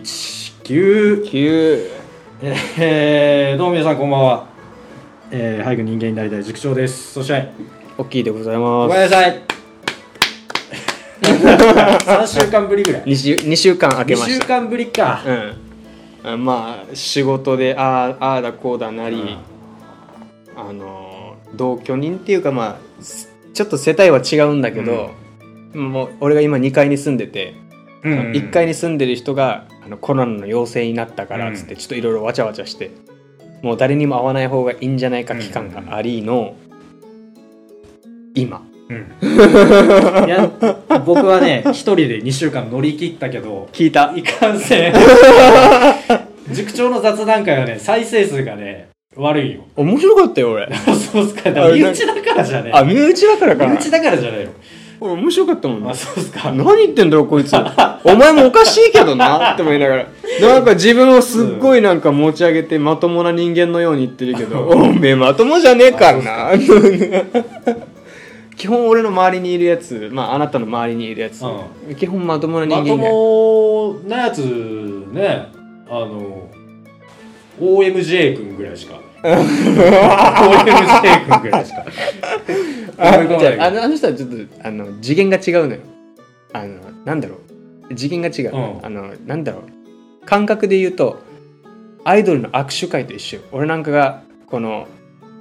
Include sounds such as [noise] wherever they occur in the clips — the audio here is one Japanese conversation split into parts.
3219 9えー、どうも皆さんこんばんは、えー、俳句人間になりたい塾長ですそして大きいでございごまめんすなさい3週間ぶりぐらい2週 ,2 週間空け2まし週た間ぶりかうんあまあ仕事であーあーだこうだなり、うんあのー同居人っていうかまあすちょっと世帯は違うんだけど、もう俺が今2階に住んでて、う一1階にに住んでる人があのコロナの陽性になったからっつって、うんちょっといろいろわちゃわちゃしてもう誰にも会わない方がいいんじゃないかうん期間がありの、今いや僕はね一人で2週間乗り切ったけど聞いたいかんせん塾長の雑談会はね再生数がね悪いよ [laughs] 面白かったよ俺そうっすかだから身内だからじゃねあ身内だからか身内だからじゃないよ俺面白かったもんねあそうっすか何言ってんだよこいつ [laughs] お前もおかしいけ [laughs] どなって思いながらなんか自分をすっごいなんか持ち上げてまともな人間のように言ってるけ [laughs] どおめえまともじゃねえからな [laughs] 基本俺の周りにいるやつまああなたの周りにいるやつ、う基本まともまな人と間いないもなやつねあの OMJ 君ぐらい [laughs] しか OMJ 君ぐらいしかあ思い浮かばじないけどゃああのあの人はちょっとあの次元が違うのよあのなんだろう次元が違う、うんあのなんだろう感覚で言うとアイドルの握手会と一緒俺なんかがこの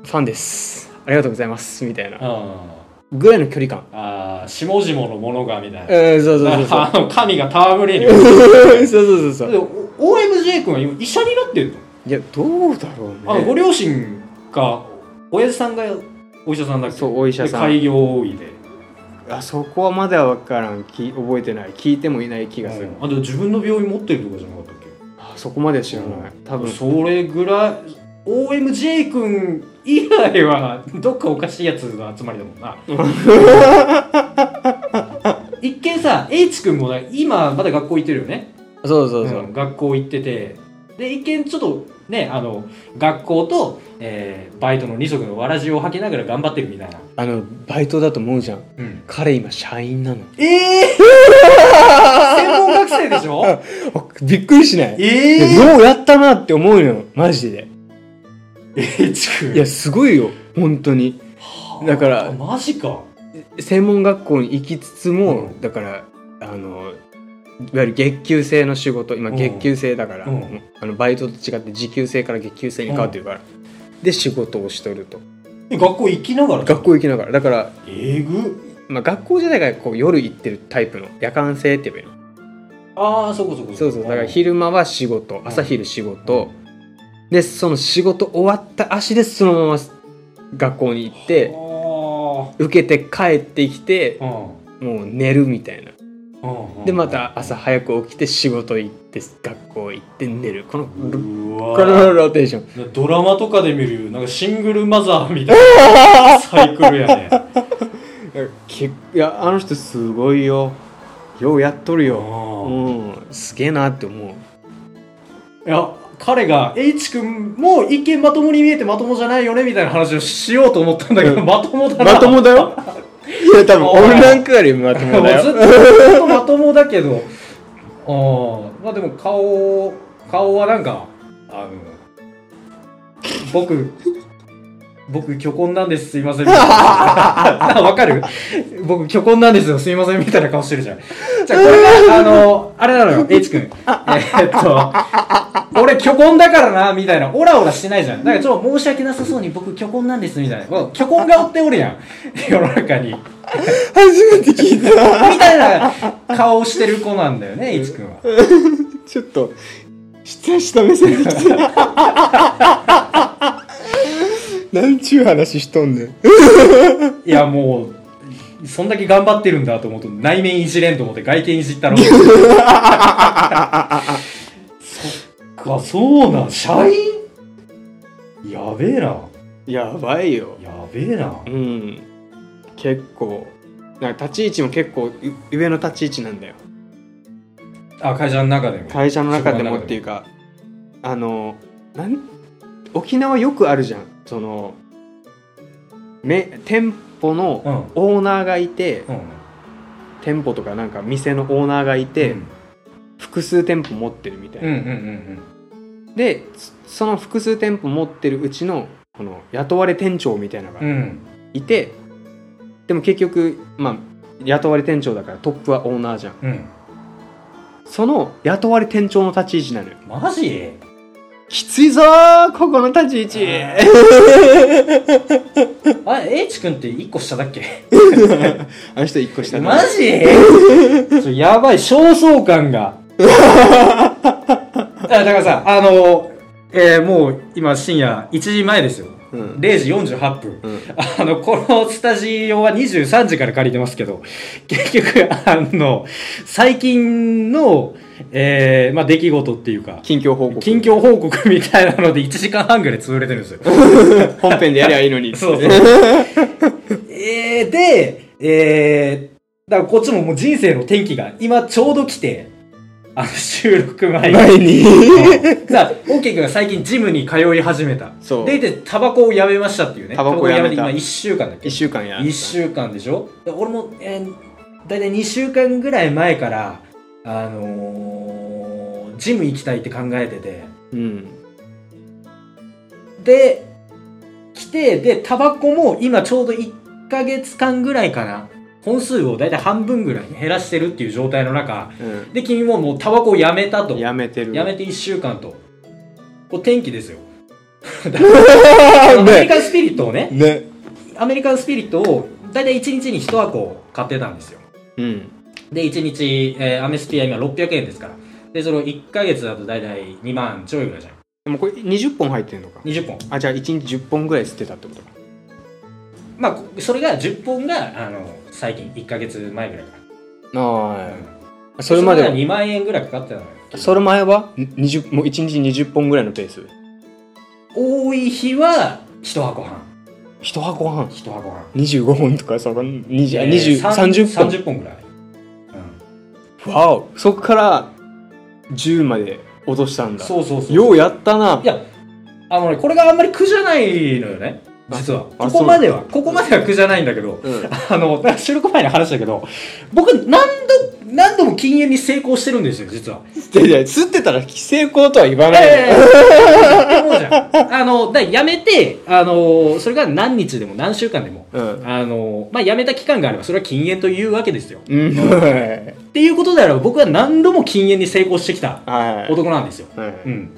ファンですありがとうございますみたいなうんぐらいの距離感あー下々のものがみたいなうんそうそうそうそ [laughs] うあの神が戯れるよそうそうそうでそうお OMJ 君は今医者になってんのいやどうだろうねあのご両親が親父さんがお医者さんだっけそうお医者さんで開業医で、あそこはまだ分からんき覚えてない聞いてもいない気がする、あでも自分の病院持ってるとかじゃなかったっけあそこまでは知らない、多分それぐらい OMJ 君以外 [laughs] はどっかおかしいやつの集まりだもんな一見さ H 君もね今まだ学校行ってるよねそうそうそう、うん学校行っててで一見ちょっとねあの学校と、えーバイトの二足のわらじを履きながら頑張ってるみたいな、あのバイトだと思うじゃんうん、彼今社員なの [laughs] ええ専門学生でし [laughs] ょあびっくりしない、いえやようやったなって思うよマジでー、H 君いやすごいよ本当にだからあマジか専門学校に行きつつも、うんだからあのいわゆる月給制の仕事今うん月給制だから、うんあのバイトと違って時給制から月給制に変わってるから、で仕事をしとるとえ学校行きながら学校行きながらだから、えぐまあ、学校時代からこう夜行ってるタイプの夜間制って言えばいいああそこそこのそうそうだから昼間は仕事ん朝昼仕事、でその仕事終わった足でそのまま学校に行っては受けて帰ってきてあもう寝るみたいなうんうんでまた朝早く起きて仕事行って学校行って寝るこのうこーわーのローテーションドラマとかで見るなんかシングルマザーみたい [laughs] なサイクルやねけいやあの人すごいよようやっとるようんうんすげえなって思ういや彼が H 君も一見まともに見えてまともじゃないよねみたいな話をしようと思ったんだけどうんまともだなまともだよ [laughs] いや多分俺なんかよりまともだずっよとずっとまともだけどああまあでも顔顔はなんかあの僕僕虚婚なんですすいませんみたいなあわかる僕虚婚なんですよすいませんみたいな顔してるじゃんじゃあこれがあのあれなのよ H 君えーっと俺虚婚だからなみたいなオラオラしてないじゃんなんかちょっと申し訳なさそうに僕虚婚なんですみたいなこの虚婚顔っておるやん世の中に [laughs] 初めて聞いたみたいな顔をしてる子なんだよね、いちくんは。ちょっと失礼した目線で来て [laughs] なんちゅう話しとんねんいや、もう、そんだけ頑張ってるんだと思うと、内面いじれんと思って外見いじったろ。そっか、そうなん、社員やべえな。やばいよやべえな。うん結構なんか立ち位置も結構う上の立ち位置なんだよあ、会社の中でも。会社の中で職場の中でももっていうかあのなん沖縄よくあるじゃんそのめ店舗うのん。オーナーがいて、うん。店舗とかなんか店のオーナーがいて、うん副複数店舗持ってるみたいうんうな、んうんでそその複数店舗持ってるうちのこの雇われ店長みたいなのうんうがんいて、でも結局まあ雇われ店長だからトップはオーナーじゃんうんその雇われ店長の立ち位置なのよマジきついぞーここの立ちえ位置あれ H 君って1個下だっけあの人一個下だマジ [laughs] それやばい焦燥感 [laughs] があだからさあのえーもう今深夜1時前ですようん0時48分、うんあのこのスタジオは23時から借りてますけど結局あの最近の、えーまあ、出来事っていうか近況報告近況報告みたいなので1時間半ぐらい潰れてるんですよ。本編でやりゃいいのにそうそうえー、で、えー、だからこっちももう人生の転機が今ちょうど来て、あの収録前に。 [laughs] 前にさあ、オーケー君が最近ジムに通い始めた。そうで、で、タバコをやめましたっていうね。タバコをやタめたバコを今1週間だっけ1週間や1週間でしょで俺も、えー、大体2週間ぐらい前から、あのージム行きたいって考えてて、うんで来てでタバコも今ちょうど1ヶ月間ぐらいかな本数を大体半分ぐらいに減らしてるっていう状態の中うで君ももうタバコをやめたとんやめてるやめて1週間とこう天気ですよあアーメリねカンスピリットをねねアメリカンスピリットを大体1日に1箱買ってたんですようんで1日、えーアメスピは今600円ですからでそれを1ヶ月だと大体2万ちょいぐらいじゃんでもこれ20本入ってんのか20本あじゃあ1日10本ぐらい吸ってたってことかまあこそれが10本があの最近1ヶ月前ぐらいからああそそれれままでではは2万円ぐらいかかってたのよそれ前は20もう1日20本ぐらいのペース多い日は1箱半1箱半1箱半25本とかその20あえー20さん30本30本ぐらい、わおそっから10まで落としたうんん、だそうそうそうようやったないやあのねこれがあんまり苦じゃないのよね実はあここまではここまでは苦じゃないんだけどうんあのなんか収録前の話だけど僕何度何度も禁煙に成功してるんですよ実はでで吸ってたら成功とは言わない [laughs] よええ思うじゃんあのだからやめてあのそれが何日でも何週間でもうんあのまあ、やめた期間があればそれは禁煙というわけですよ。うんはいっていうことであれば僕は何度も禁煙に成功してきたはい男なんですよ。はういん、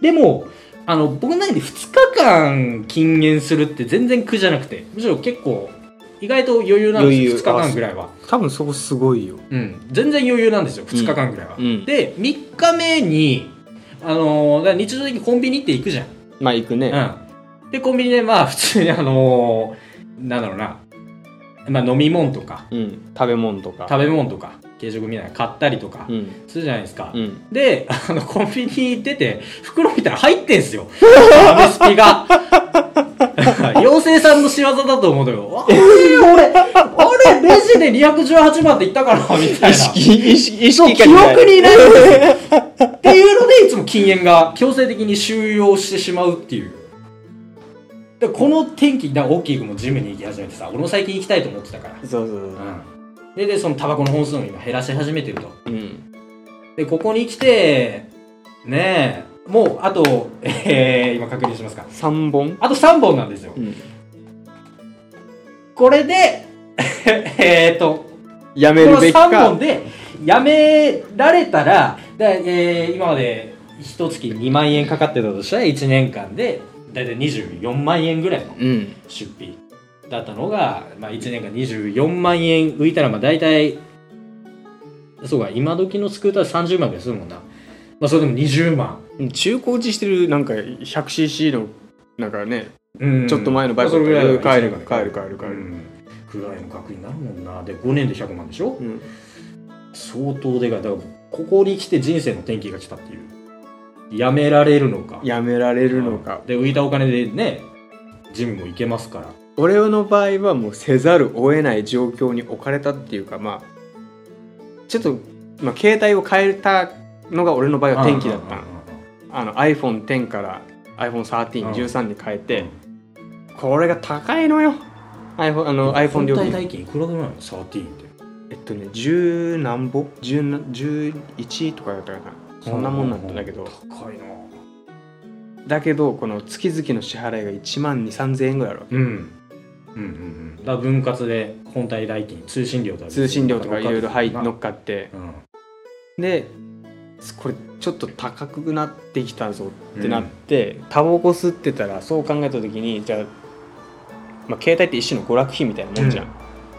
でもあの僕の中で2日間禁煙するって全然苦じゃなくてむしろ結構意外と余裕なんですよ2余裕日間ぐらいは、多分そこすごいようん、全然余裕なんですよ2日間ぐらいは。うんで3日目にあのだから日常的にコンビニって行くじゃん。まあ行くねうん、でコンビニでまあ普通にあのなんだろうな、まあ、飲み物とかうん、食べ物とか食べ物とか軽食みたいなの買ったりとかうんするじゃないですか、うんであのコンビニ出て袋見たら入ってんすよ [laughs] アメスピが [laughs] 妖精さんの仕業だと思うの [laughs] よあれ俺あれレジで218万って言ったからみたい意な識意識意そう識記が憶ないにないん [laughs] ですよっていうのでいつも禁煙が強制的に収容してしまうっていうでこの天気だ大きい君もジムに行き始めてさ俺も最近行きたいと思ってたからそうそうそううん、ででそのタバコの本数も今減らし始めてるとうんでここに来てねえもうあと、 [laughs] えー、今確認しますか3本あと3本なんですようんこれで [laughs] えーっとやめこるのべきか3本でやめられたらだ、えー今まで一月2万円かかってたとしたら1年間で大体24万円ぐらいのうん出費だったのが、まあ、1年間24万円浮いたらまあ大体そうか今時のスクーター30万ぐらいするもんな、まあ、それでも20万、中古打ちしてるなんか 100cc のなんかねうんちょっと前のバイクまあそれぐらいは帰る1年帰間るで帰る帰るうんぐらいの額になるもんなで5年で100万でしょうん相当でかいだからここに来て人生の転機が来たっていうやめられるのかやめられるのかで浮いたお金でねジムも行けますから俺の場合はもうせざるを得ない状況に置かれたっていうかまあちょっと、まあ、携帯を変えたのが俺の場合は天気だったのあの iPhone10 から iPhone1313 に変えて、これが高いのよ iPhone, あの iPhone 料本体金代金いくらぐらいなの13ってえっとね十何歩十な十一とかだったかなそんなもんなんだけど、高いなだけどこの月々の支払いが1万2 3千円ぐらいあるわけうんうんうんうんだから分割で本体代金通信料とか通信料とかいろいろ入乗っかってうんでこれちょっと高くなってきたぞってなって、タバコ吸ってたらそう考えた時にじゃあ、まあ、携帯って一種の娯楽費みたいなもんじゃ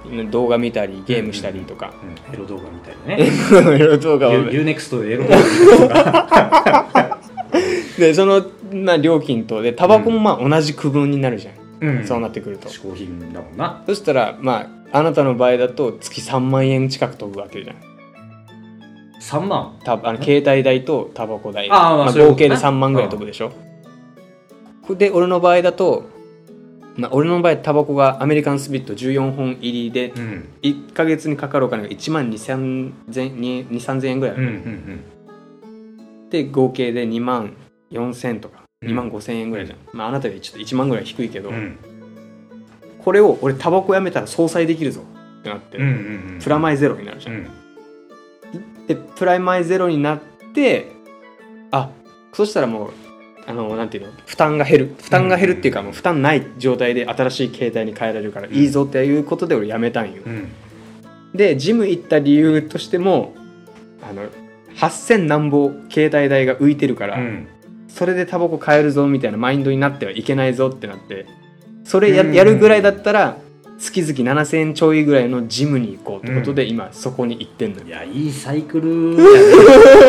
ん、動画見たりゲームしたりとか、うんエロ動画みたいな [laughs] ねいろいろ動画をユユーネクストでエロ動画とかでその、まあ、料金とでタバコもまあ同じ区分になるじゃん、うんそうなってくると、嗜好品だもんなそしたらまああなたの場合だと月3万円近く飛ぶわけじゃん3万たあの携帯代とタバコ代あーまあまあ、そういう合ことね計で3万ぐらい飛ぶでしょ、で俺の場合だと、まあ、俺の場合タバコがアメリカンスピット14本入りでうん1か月にかかるお金が1万23000円ぐらいあうんうる、んで合計で2万4000とか2万5000円ぐらいじゃん、まあ、あなたよりちょっと1万ぐらい低いけど、うんうんこれを俺タバコやめたら相殺できるぞってなって、うんうんうんプラマイゼロになるじゃん、うんでプラマイゼロになってあそしたらもうあのなんていうの負担が減る負担が減るっていうか、もう負担ない状態で新しい携帯に変えられるからいいぞっていうことで俺やめたんよ、うんでジム行った理由としてもあの8000何ぼ携帯代が浮いてるから、うんそれでタバコ買えるぞみたいなマインドになってはいけないぞってなってそれや,、うんやるぐらいだったら月々7000円ちょいぐらいのジムに行こうってことで、今そこに行ってんのよいやいいサイクル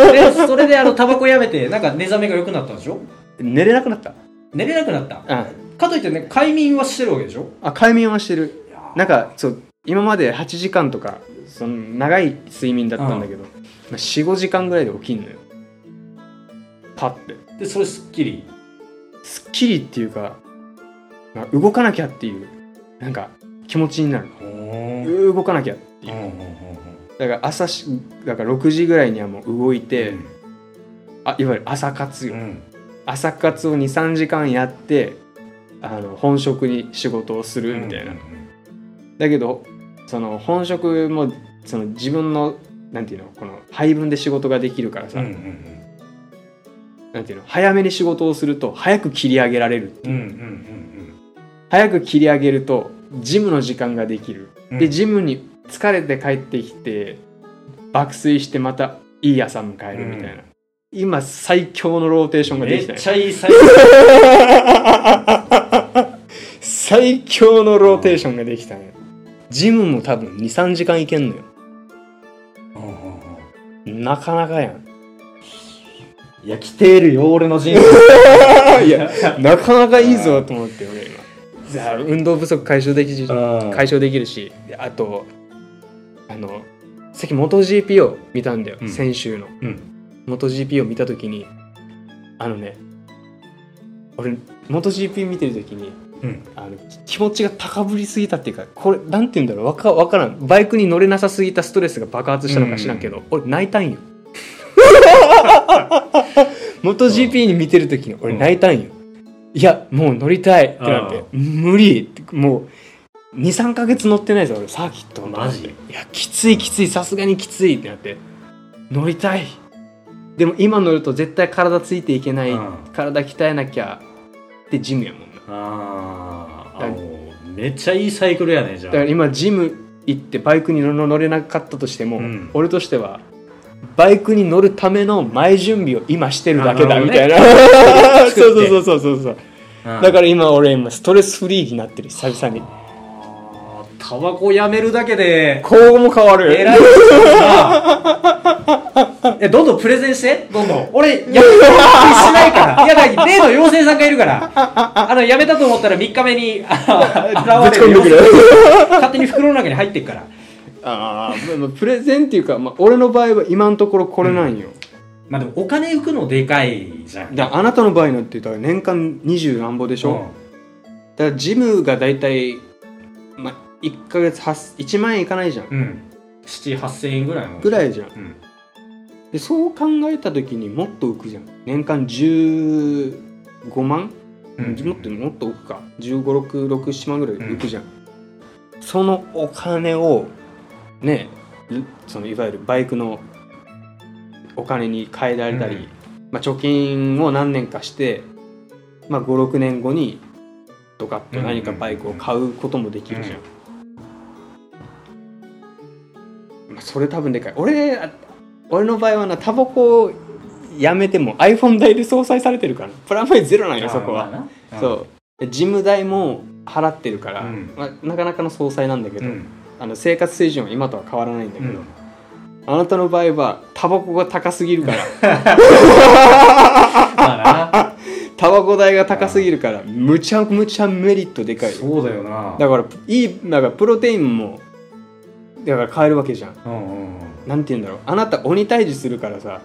やねでそれであのタバコやめてなんか寝覚めが良くなったんでしょ寝れなくなった寝れなくなったうんかといってね快眠はしてるわけでしょあ快眠はしてるいやなんかそう今まで8時間とかその長い睡眠だったんだけど、まあ、45時間ぐらいで起きんのよパッてでそれすっきりすっきりっていうか、まあ、動かなきゃっていうなんか気持ちになるほーん動かなきゃってうんいうううんんだから朝しだから6時ぐらいにはもう動いて、あいわゆる朝活うよ、ん朝活を23時間やってあの本職に仕事をするみたいな、うんだけどその本職もその自分のなんていうのこの配分で仕事ができるからさ、うんうんなんていうの早めに仕事をすると早く切り上げられるうんうんうん早く切り上げるとジムの時間ができる、うんでジムに疲れて帰ってきて爆睡してまたいい朝迎えるみたいな、今最強のローテーションがめできたっよちゃいいサイクル最強のローテーションができたねジムも多分23時間行けんのようんうんうんなかなかやんいや来ているよ俺の人生いや、なかなかいいぞと思って、俺今。じゃあ、運動不足解消できるし、解消できるし、あと、あの、さっき MotoGP を見たんだよ、うん先週の。うん、 MotoGP を見たときに、あのね、俺、MotoGP 見てるときに、うんあのき気持ちが高ぶりすぎたっていうかこれなんて言うんだろうわかわからんバイクに乗れなさすぎたストレスが爆発したのか知らんけど、俺泣いた [laughs] んよ元 GP に見てる時に俺泣いたんよ、いやもう乗りたいってなって無理ってもう23か月乗ってないぞ俺サーキットマジいやきついきついさすがにきついってなって乗りたいでも今乗ると絶対体ついていけない、うん体鍛えなきゃってジムやもんなあーあもうめっちゃいいサイクルやねじゃあだから今ジム行ってバイクに乗れなかったとしても、うん俺としてはバイクに乗るための前準備を今してるだけあだなるみほどたねいな [laughs] そう作ってそうそうそうそううんだから今俺今ストレスフリーになってる久々にあータバコやめるだけで今後も変わる偉い人だなえどんどんプレゼンしてどんどん俺やめたしないからいやだから例の妖精さんがいるからあのやめたと思ったら3日目にあぶ現ちれ込るんでくる妖精勝手に袋の中に入ってくからあーまあまあプレゼンっていうか、まあ、俺の場合は今のところこれなんよ、まあでもお金浮くのでかいじゃんだからあなたの場合のって言ったら年間20何歩でしょ、だからジムが大体、まあ、1ヶ月8 1万円いかないじゃんうん、うん、78000円ぐらいのぐらいじゃんうんでそう考えた時にもっと浮くじゃん年間15万、もっともっと浮くか1 5 6 6 7万ぐらい浮くじゃん、そのお金をねそのいわゆるバイクのお金に変えられたり、まあ、貯金を何年かして、まあ、56年後にドカッと何かバイクを買うこともできるじゃん。まあ、それ多分でかい俺あ俺の場合はなタバコをやめても iPhone 代で相殺されてるからプラマイゼロなんよそこは。はそうで事務代も払ってるから、うんまあ、なかなかの総裁なんだけうど、んあの生活水準は今とは変わらないんだうけど、んあなたの場合はタバコが高すぎるからまあタバコ代が高すぎるからむちゃむちゃメリットでかないよそうだよなだからいいだからプロテインもだから買えるわけじゃんうんうんうんなんて言うんだろうあなた鬼退治するからさ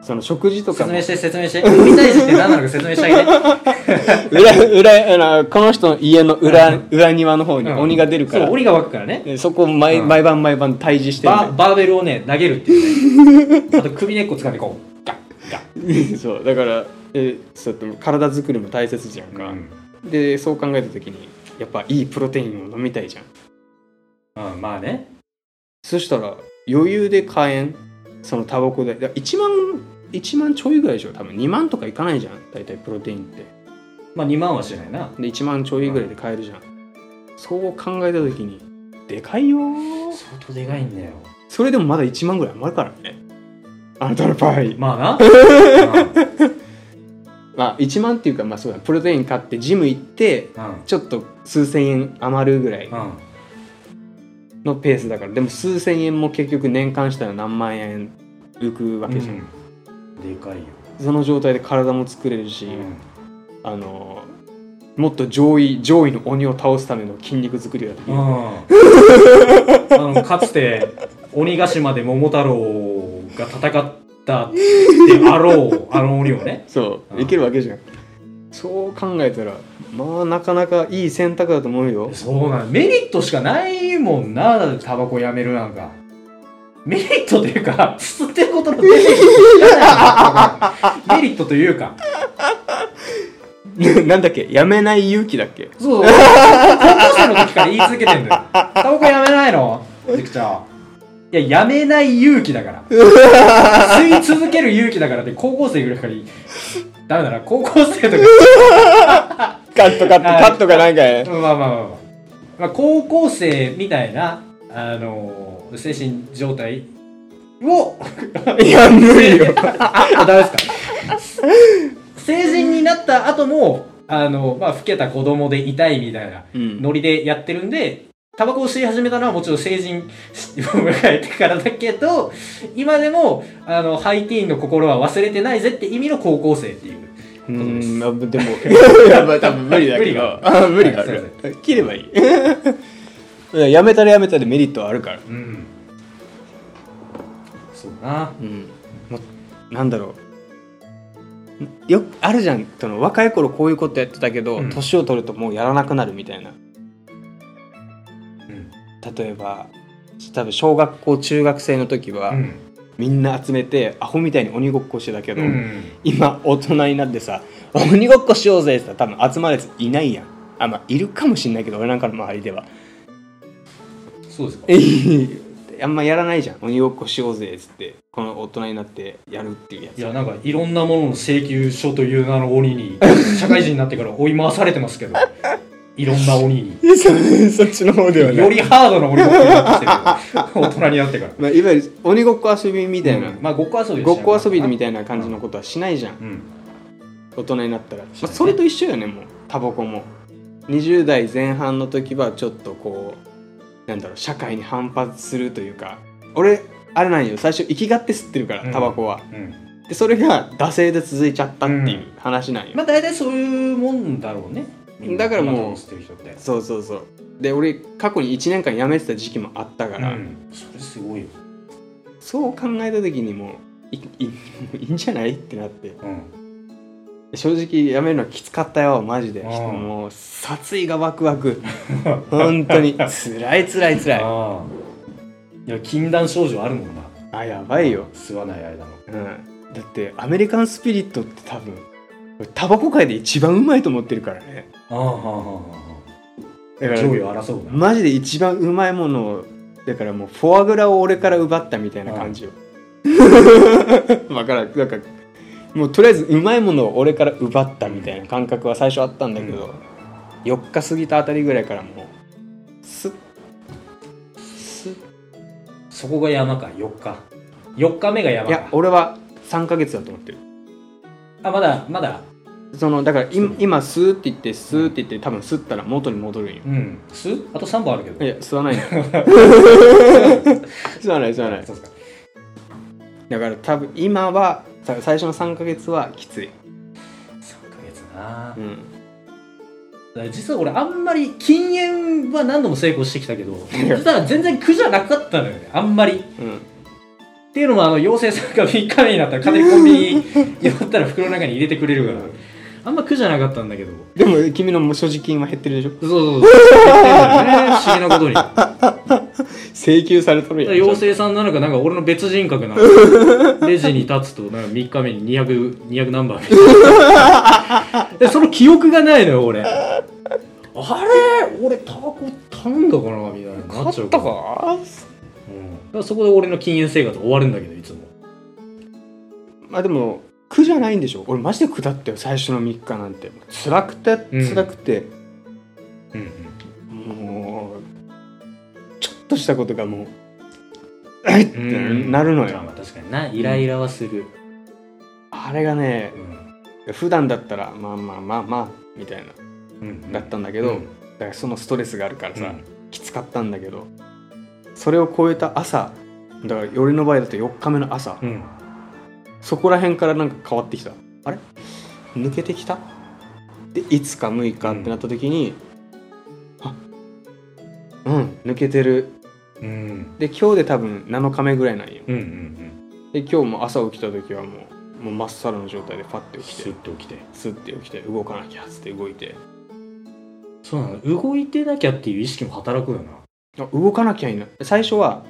その食事とか説も明して説明して鬼退治って何なのか説明してあげて裏 [laughs] 裏あのこの人の家の裏裏庭の方にうん [laughs] 鬼が出るから、そう鬼が湧くからねでそこを毎,、うん毎晩毎晩退治してるんだバよバーベルをね投げるっていう [laughs] ねあと首根っこ掴んでこうガッガッ [laughs] そうだからえそうやって体作りも大切じゃんか、うでそう考えた時にやっぱいいプロテインを飲みたいじゃんんうんまあねそしたら余裕で買えんそのタバコ代だ1万1万ちょいぐらいでしょ多分2万とかいかないじゃん大体プロテインってまあ2万はしないなで1万ちょいぐらいで買えるじゃん、そう考えた時にでかいよー相当でかいんだよそれでもまだ1万ぐらい余るからねあなたの場合まあな [laughs] うんまあ1万っていうかまあそうだプロテイン買ってジム行ってうんちょっと数千円余るぐらいうんのペースだからでも数千円も結局年間したら何万円浮くわけじゃん、でかいよ、その状態で体も作れるし、うんあのもっと上位上位の鬼を倒すための筋肉作りだとうんあのかつて鬼ヶ島で桃太郎が戦ったであろうあの鬼をねそう、うんいけるわけじゃんそう考えたらまあなかなかいい選択だと思うよそうなんメリットしかないもんなタバコやめるなんかメリットというか [laughs] 吸ってることのメリットじゃないメリットというか [laughs] なんだっけやめない勇気だっけそうそう高校生の時から言い続けてんだよタバコやめないのじくちゃんいややめない勇気だから吸い続ける勇気だからって高校生ぐらいから言いダメだな高校生とかカットカットはいカットがなんかねまあまあまあまあ、まあ、高校生みたいな、あのー精神状態をいや無理よあダメですか成人になった後もあのまあ老けた子供でいたいみたいなうんノリでやってるんでタバコを吸い始めたのはもちろん成人を迎えてからだけど今でもあのハイティーンの心は忘れてないぜって意味の高校生っていううことですんまあでも [laughs] いやまあ多分無理無だけ理どがあ無理があはいるすいま切ればい [laughs] いやめたらやめたでメリットはあるからうんそうだなうんもうなんだろうよくあるじゃんその若い頃こういうことやってたけどうん年、を取るともうやらなくなるみたいなうん例えば多分小学校中学生の時は、うんみんな集めてアホみたいに鬼ごっこしてたけど、うん今大人になってさ「鬼ごっこしようぜ」ってさ多分集まるやついないやんあまあいるかもしんないけど俺なんかの周りではそうですかあんまやらないじゃん鬼ごっこしようぜっつってこの大人になってやるっていうやついやなんかいろんなものの請求書という名の鬼 [laughs] に社会人になってから追い回されてますけどいろんな鬼にえそそっちの方ではないよりハードな鬼を追い回してる大人になってからまあ、いわゆる鬼ごっこ遊びみたいな、うんまあごっこ遊びごっこ遊びみいたいな感じのことはしないじゃん、うん大人になったら、まあ、それと一緒よねもうタバコも20代前半の時はちょっとこうなんだろう社会に反発するというか俺あれなんよ最初生きがって吸ってるかうらんタバコは、うんでそれが惰性で続いちゃったっていう話なんよ、まあ大体そういうもんだろうねみんなだからもうタバコ吸ってる人ってそうそうそうで俺過去に1年間辞めてた時期もあったから、うんそれすごいよそう考えた時にもうい [laughs] いもういいんじゃないってなってうん正直やめるのはきつかったよマジでうんもう殺意がワクワ [laughs] ク本当につらいつらいつらいああいや禁断症状あるもんなあやばいよ、吸わない間のうん、だってアメリカンスピリットって多分タバコ界で一番うまいと思ってるからねああはあはあはだあから上位を争うなマジで一番うまいものをだからもうフォアグラを俺から奪ったみたいな感じよ [laughs] わからんなんかもうとりあえずうまいものを俺から奪ったみたいな感覚は最初あったんだけど、4日過ぎたあたりぐらいからもうスッスッそこが山か4日4日目が山いやか俺は3ヶ月だと思ってるあまだまだそのだからそう今今スーって言ってスーって言って多分吸ったら元に戻るんようんすあと3本あるけどいや吸わ [laughs] ないんだ吸わない吸わないそうっすかだから多分今はさ最初の3ヶ月はきつ3い、ヶ月なう、だん、から実は俺あんまり禁煙は何度も成功してきたけど実は全然苦じゃなかったのよねあんまりうん、っていうのもあの妖精さんが3日目になったら勝手にコンビニ寄ったら袋の中に入れてくれるからあんま苦じゃなかったんだけどでも君の無所持金は減ってるでしょそう [laughs] そうそう減ってんだよね不思議なことにだか請求されとるやらん妖ち精さんなのかなんか俺の別人格な [laughs] のレジに立つとなんか3日目に 200, 200ナンバーみたいなでその記憶がないのよ俺あれ俺タバコ頼んだかなみたいなゃんとなっちゃ買っうかたらうかん、だからそこで俺の禁煙生活終わるんだけどいつもまあでも苦じゃないんでしょ俺マジで苦だったよ最初の3日なんて辛くてうん辛くて、うんうんもうちょっとしたことがもうえいってなるのよ、まあ確かになイライラはする、あれがねうん普段だったらまあまあまあまあみたいなうんだったんだけけど、うんだからそのストレスがあるからうさ、んきつかったんだけどそれを超えた朝だから俺の場合だと4日目の朝、うんそこら辺からなんか変わってきたあれ抜けてきたでいつか6日ってなった時に、あうん抜けてるうんで今日で多分7日目ぐらいなんようんうんで今日も朝起きた時はもうもうまっさらの状態でパッて起きスてッと起きてスッて起きて動かなきゃっつって動いてそうなの動いてなきゃっていう意識も働くよなあ動かなきゃいいな最初は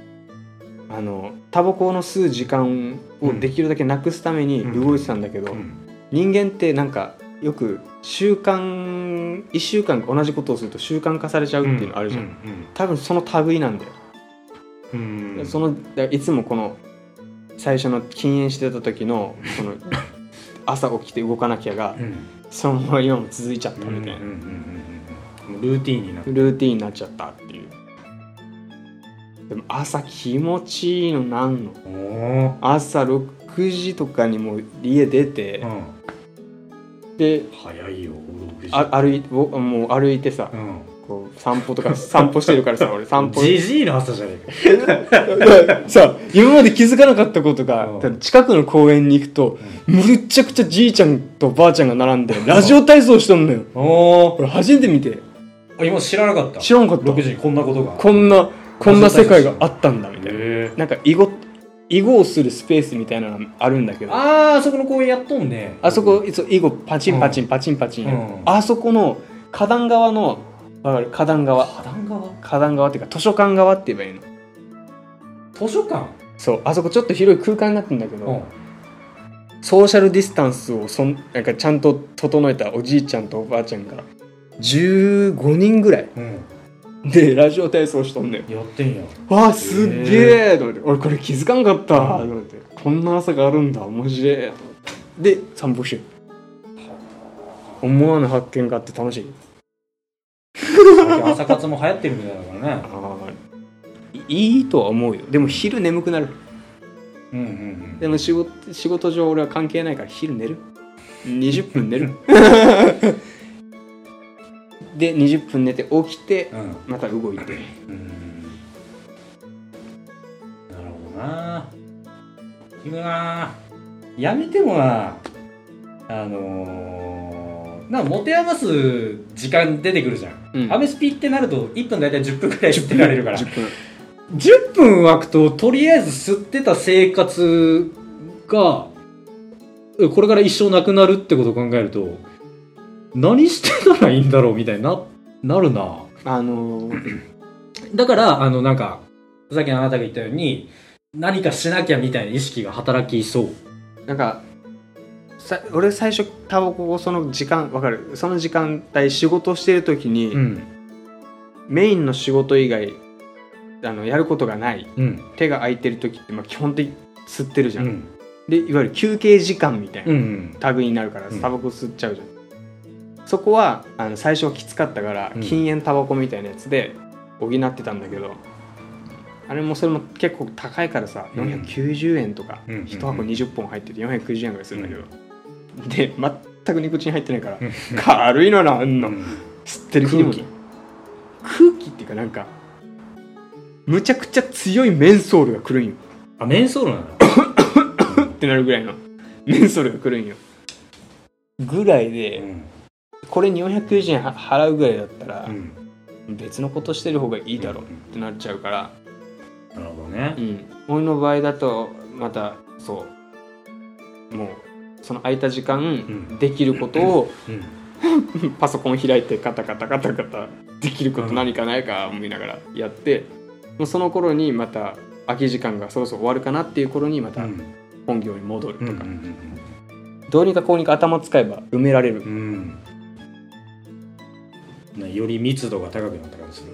あのタバコの吸う時間をできるだけなくすためにうん動いてたんだけど、ん人間ってなんかよく習慣1週間同じことをすると習慣化されちゃうっていうのあるじゃん、ん多分その類なんだよ、うんうんうんそのだいつもこの最初の禁煙してた時の [laughs] その朝起きて動かなきゃがうんそのまま今も続いちゃったみたいな、うんうんうんうんもうルーティンになってルーティンになっちゃったっていうでも朝気持ちいいのなんのおお朝6時とかにもう家出て、うんで早いよ6時あ歩いおもう歩いてさうんこう散歩とか散歩してるからさ俺散歩じじいの朝じゃねえかさ今まで気づかなかったことがうんだから近くの公園に行くとむっちゃくちゃじいちゃんとばあちゃんが並んでラジオ体操しとんのよおお俺初めて見て今知らなかった知らんかった6時にこんなことがこんなこんな世界があったんだみたいなへえなんか囲碁囲碁をするスペースみたいなのがあるんだけどああーあそこの公園やっとんねそこいつ囲碁パチンパチンパチンパチンやるうんあそこの花壇側のわかる花壇側花壇側花壇側っていうか図書館側って言えばいいの図書館そうあそこちょっと広い空間になってんだけど、うんソーシャルディスタンスをそんなんかちゃんと整えたおじいちゃんとおばあちゃんが15人ぐらいうんでラジオ体操しとんねんやってんやわあすっげえと思って俺これ気づかんかったと思ってこんな朝があるんだ面白いで散歩してる思わぬ発見があって楽しい朝活も流行ってるみたいだからねいいとは思うよでも昼眠くなるうんうんでも仕事仕事上俺は関係ないから昼寝る20 [laughs] 分寝るで20分寝て起きてうんうんまた動いてうんなるほどな君はやめてもなあのー、なんか持て余す時間出てくるじゃん、うんアメスピってなると1分大体10分くらい吸ってられる [laughs] から10分10分湧くととりあえず吸ってた生活がえこれから一生なくなるってことを考えると何してたらいいんだろうみたいにななるなあのーだからあのなんかさっきのあなたが言ったように何かしなきゃみたいな意識が働きそうなんかさ俺最初タバコをその時間わかるその時間帯仕事してる時に、んメインの仕事以外あのやることがないうん手が空いてる時って、まあ、基本的に吸ってるじうゃん、んでいわゆる休憩時間みたいな、うんタグになるからうんタバコ吸っちゃうじゃん、そこはあの最初はきつかったから、うん禁煙タバコみたいなやつで補ってたんだけどあれもそれも結構高いからさうん490円とか、うん1箱20本入ってて490円ぐらいするんだけど、で全くニコチン入ってないから、うん軽いのなんの、うん吸ってる気にも空気空気っていうかなんかむちゃくちゃ強いメンソールが来るんよあメンソールなってなるぐらいのメンソールが来るんよぐらいで、のこれ490円は払うぐらいだったらう、ん別のことしてる方がいいだろううんってなっちゃうから、なるほどねうん、俺の場合だとまたそうもうその空いた時間、んできることをうん [laughs] パソコン開いてカタカタカタカタできること何かないか思いながらやって、もうその頃にまた空き時間がそろそろ終わるかなっていう頃にまうたん本業に戻るとうか、んどうにかこうにか頭使えば埋められるうんねより密度が高くなった感じする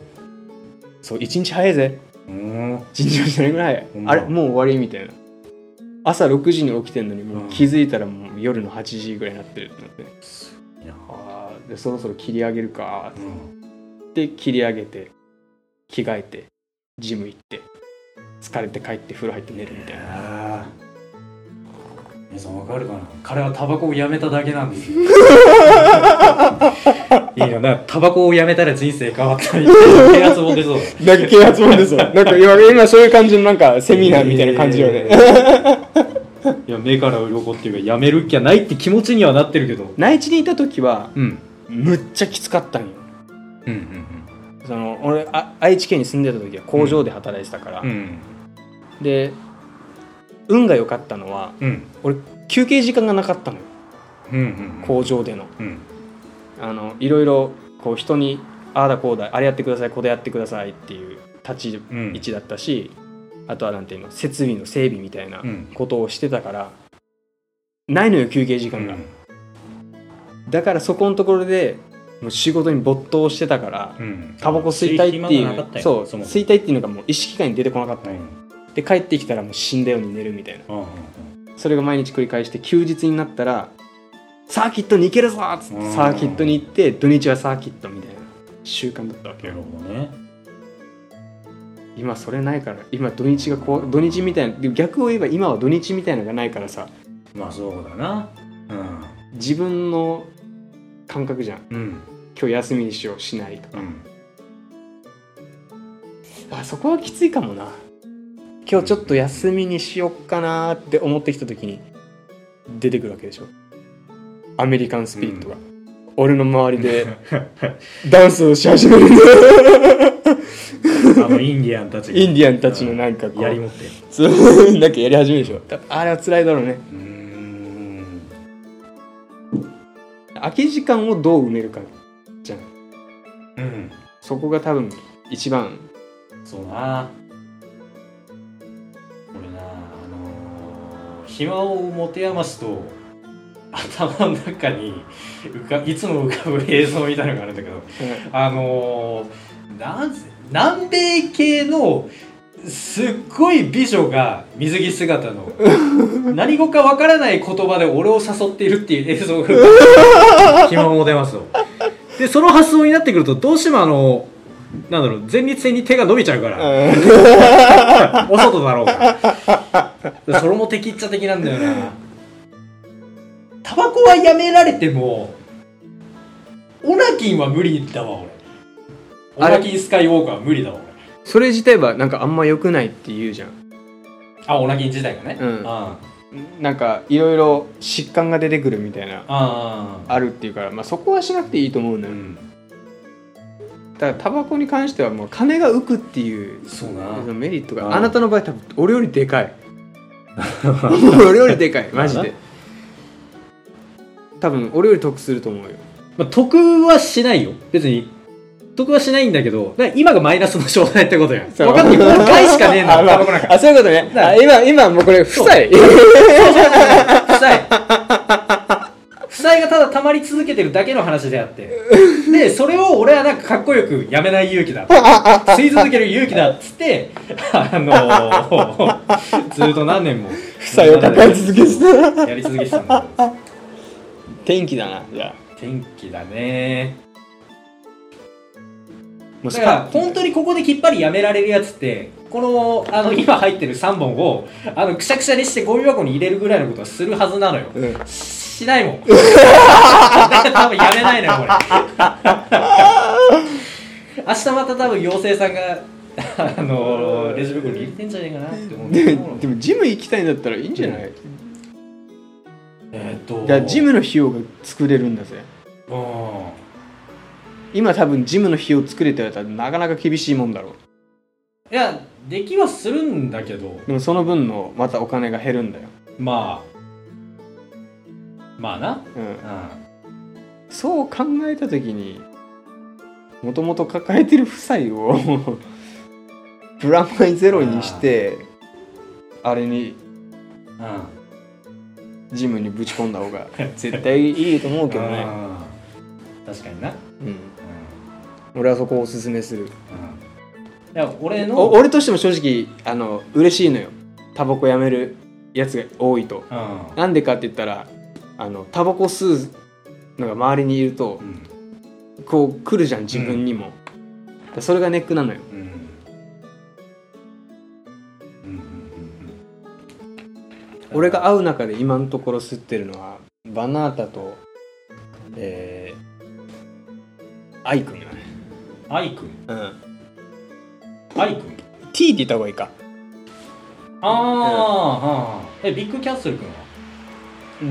そう一日早いぜうん尋常じゃないぐらいほんまあれもう終わりみたいな朝6時に起きてんのにうもんう気づいたらもう夜の8時ぐらいになってるってなっていやああでそろそろ切り上げるかうっんて切り上げて着替えてジム行って疲れて帰って風呂入って寝るみたいなあー皆さんわかるかな彼はタバコをやめただけなんですよ [laughs] いいのなタバコをやめたら人生変わ [laughs] ったみたいな啓発本出そうなんか啓発本ですよ [laughs] なんか今今そういう感じのなんかセミナーみたいな感じよね、 [laughs] いや目から鱗っていうかやめるっきゃないって気持ちにはなってるけど内地にいた時はうんむっちゃきつかったんようんうんその俺あ愛知県に住んでた時は工場で働いてたから、うんうんで運が良かったのはうん休憩時間がなかったのようんうん工場でのうんあのいろいろこう人にああだこうだあれやってくださいこれやってくださいっていう立ちうん位置だったし、あとはなんていうの設備の整備みたいなうんことをしてたから、ないのよ休憩時間が、だからそこのところでもう仕事に没頭してたからうんタバコ吸いたいって吸暇がなかったいうよそうそもそも吸いたいっていうのがもう意識外に出てこなかったうのよ、んで帰ってきたらもう死んだように寝るみたいなうんそれが毎日繰り返して休日になったらサーキットに行けるぞっつっうんてサーキットに行って土日はサーキットみたいな習慣だったわけなるよほどね今それないから今土日がこう土日みたいなでも逆を言えば今は土日みたいなのがないからさまあそうだなう自分の感覚じゃんんうん今日休みにしようしないとかうん [laughs] あそこはきついかもな今日ちょっと休みにしよっかなーって思ってきた時に出てくるわけでしょアメリカンスピリットが、俺の周り [laughs] でダンスをし始めるんだあのインディアンたちがインディアンたちのなんかこうやりもってそうなんかやり始めるでしょだあれは辛いだろうねうーん空き時間をどう埋めるかうんそこが多分一番そうな俺なあのー暇を持て余すと頭の中に浮かいつも浮かぶ映像みたいなのがあるんだけどあのーなんせ南米系のすっごい美女が水着姿 [laughs] の何語かわからない言葉で俺を誘っているっていう映像が [laughs] 暇も出ますよでその発想になってくるとどうしてもあのなんだろう前立腺に手が伸びちゃうから [laughs] お外だろうがそれも敵っちゃ敵なんだよなタバコはやめられてもオナキンは無理だわ俺あオれナキンスカイウォーカーは無理だわ俺それ自体はなんかあんま良くないって言うじゃんあオナキン自体がねうんあなんかいろいろ疾患が出てくるみたいなああるっていうから、まあ、そこはしなくていいと思うのうよんただタバコに関してはもう金が浮くっていうそうなそのメリットうんがあなたの場合多分俺よりでかい [laughs] 俺より [laughs] でかいマジで多分俺より得すると思 [laughs] うよまあ、得はしないよ別に得はしないんだけどだから今がマイナスの状態ってことやんそう分かってこの回しかねえんだあよまタあバコなんかあそういうことねだ [laughs] あ今今もうこれ負債臭い負債がただ溜まり続けてるだけの話であってでそれを俺はなんかかっこよくやめない勇気だ吸い続ける勇気だっつってあの [laughs] ずっと何年も負債を抱え続けてたやり続けてたんだけど [laughs] 天気だなじゃあ天気だねもうだから本当にここできっぱりやめられるやつってこのあの今入ってる3本をあのくしゃくしゃにしてゴミ箱に入れるぐらいのことはするはずなのようんしないもん多分やめないのよこれ明日また多分妖精さんがあのレジ袋に入れてんじゃねえかなって思うででもジム行きたいんだったらいいんじゃない、えーっといやジムの費用が作れるんだぜうん今多分ジムの費用作れって言われたらなかなか厳しいもんだろういやできはするんだけどでもその分のまたお金が減るんだよ、まあまあなうん、うそう考えた時にもともと抱えてる負債を [laughs] プラマイゼロにしてあれんにうんジムにぶち込んだ方が絶対いいと思うけどね、うん確かにな、うんうん、俺はそこをおすすめするいや俺のお俺としても正直あの嬉しいのよタバコやめるやつが多いとうんなんでかって言ったらあのタバコ吸うのが周りにいるとうんこう来るじゃん自分にも、だからそれがネックなのようんうんうん俺が会う中で今のところ吸ってるのはバナータとえー、アイくんだねアイくんうんアイくん T って言った方がい [laughs] いかああ、うん、えビッグキャッスルくん [laughs] はビ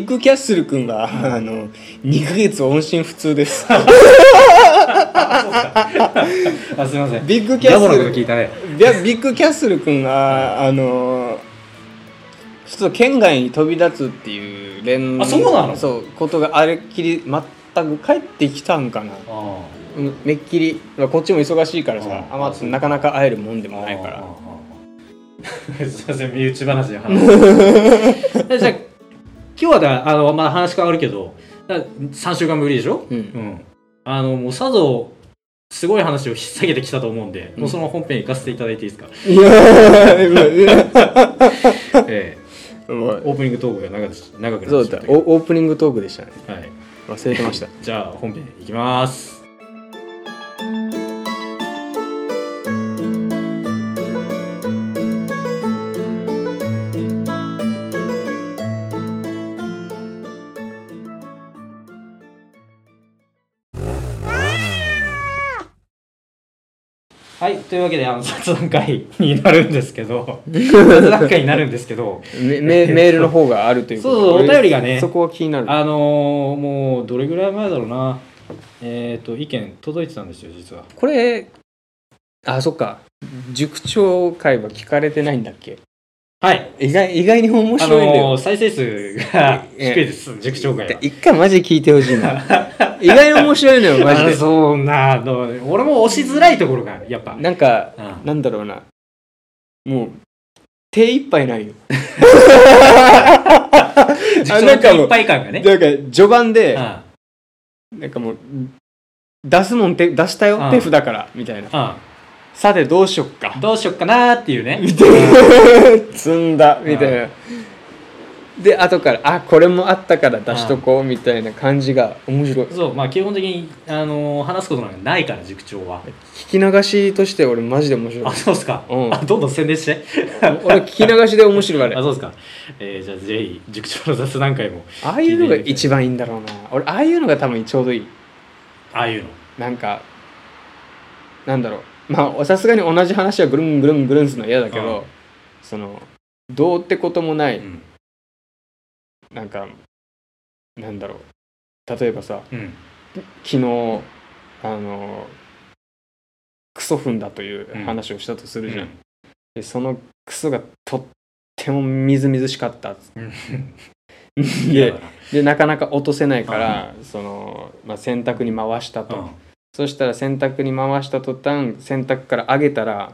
ッグキャッスルくんはあの2ヶ月音信不通です [laughs] あすいませんビッグラボのこと聞いたねいやビッグキャッスル君が、あのーちょっと県外に飛び立つっていう連あそうなのそうことがあれっきり全く帰ってきたんかなあうんめっきりまあこっちも忙しいからさああ、まあ、なかなか会えるもんでもないから [laughs] ああすいません身内話で話じゃあ今日はだあのまあ話変わるけどだ3週間ぶりでしょうんうん、あのもうさぞすごい話を引っ提げてきたと思うんで、もうその本編行かせていただいていい [laughs] ですか、いやええもオープニングトークが長くし長くな [laughs] うそっうてしまだったけどおオープニングトークでしたねはい、忘れてま [laughs] したじゃあ本編行きますはい、というわけであの雑談会になるんですけど雑談会になるんですけど [laughs] メメメールの方があるということでそうそう俺お便りがねそこは気になるあのーもうどれぐらい前だろうなえっ、と意見届いてたんですよ実はこれあそっか塾長会は聞かれてないんだっけはい意外意外に面あ白いんだよ、のー再生数が低いです塾長会は一回マジで聞いてほしい [laughs] な意外に面白いのよマジあでそうなあの俺も押しづらいところがやっぱなんかうんなんだろうなもう手一杯 [laughs] ないよあなんかもいっうぱい感がねなんか序盤であなんかもう出すもん手出したよ、うん手札からみたいなあさてどうしよっかどうしよっかなーっていうねみたいな [laughs] 積んだみたいなで後からあこれもあったから出しとこうみたいな感じが面白いそうまあ基本的に、あのー話すことなんかないから塾長は聞き流しとして俺マジで面白いあそうっすか、うんあどんどん宣伝して俺聞き流しで面白いあれあ [laughs] あそうっすか、えーじゃあぜひ塾長の雑談会もあいうのが一番いいんだろうな俺ああいうのが多分ちょうどいいああいうのなんかなんだろうまあさすがに同じ話はぐるんぐるんぐるんするのは嫌だけど、うんそのどうってこともなういん、なんかなんだろう例えばさうん、昨日あのクソ踏んだという話をしたとするじゃん、でそのクソがとってもみずみずしかったっつうんって嫌だででなかなか落とせないから、その、まあ、洗濯に回したなと、そしたら洗濯に回した途端洗濯から上げたら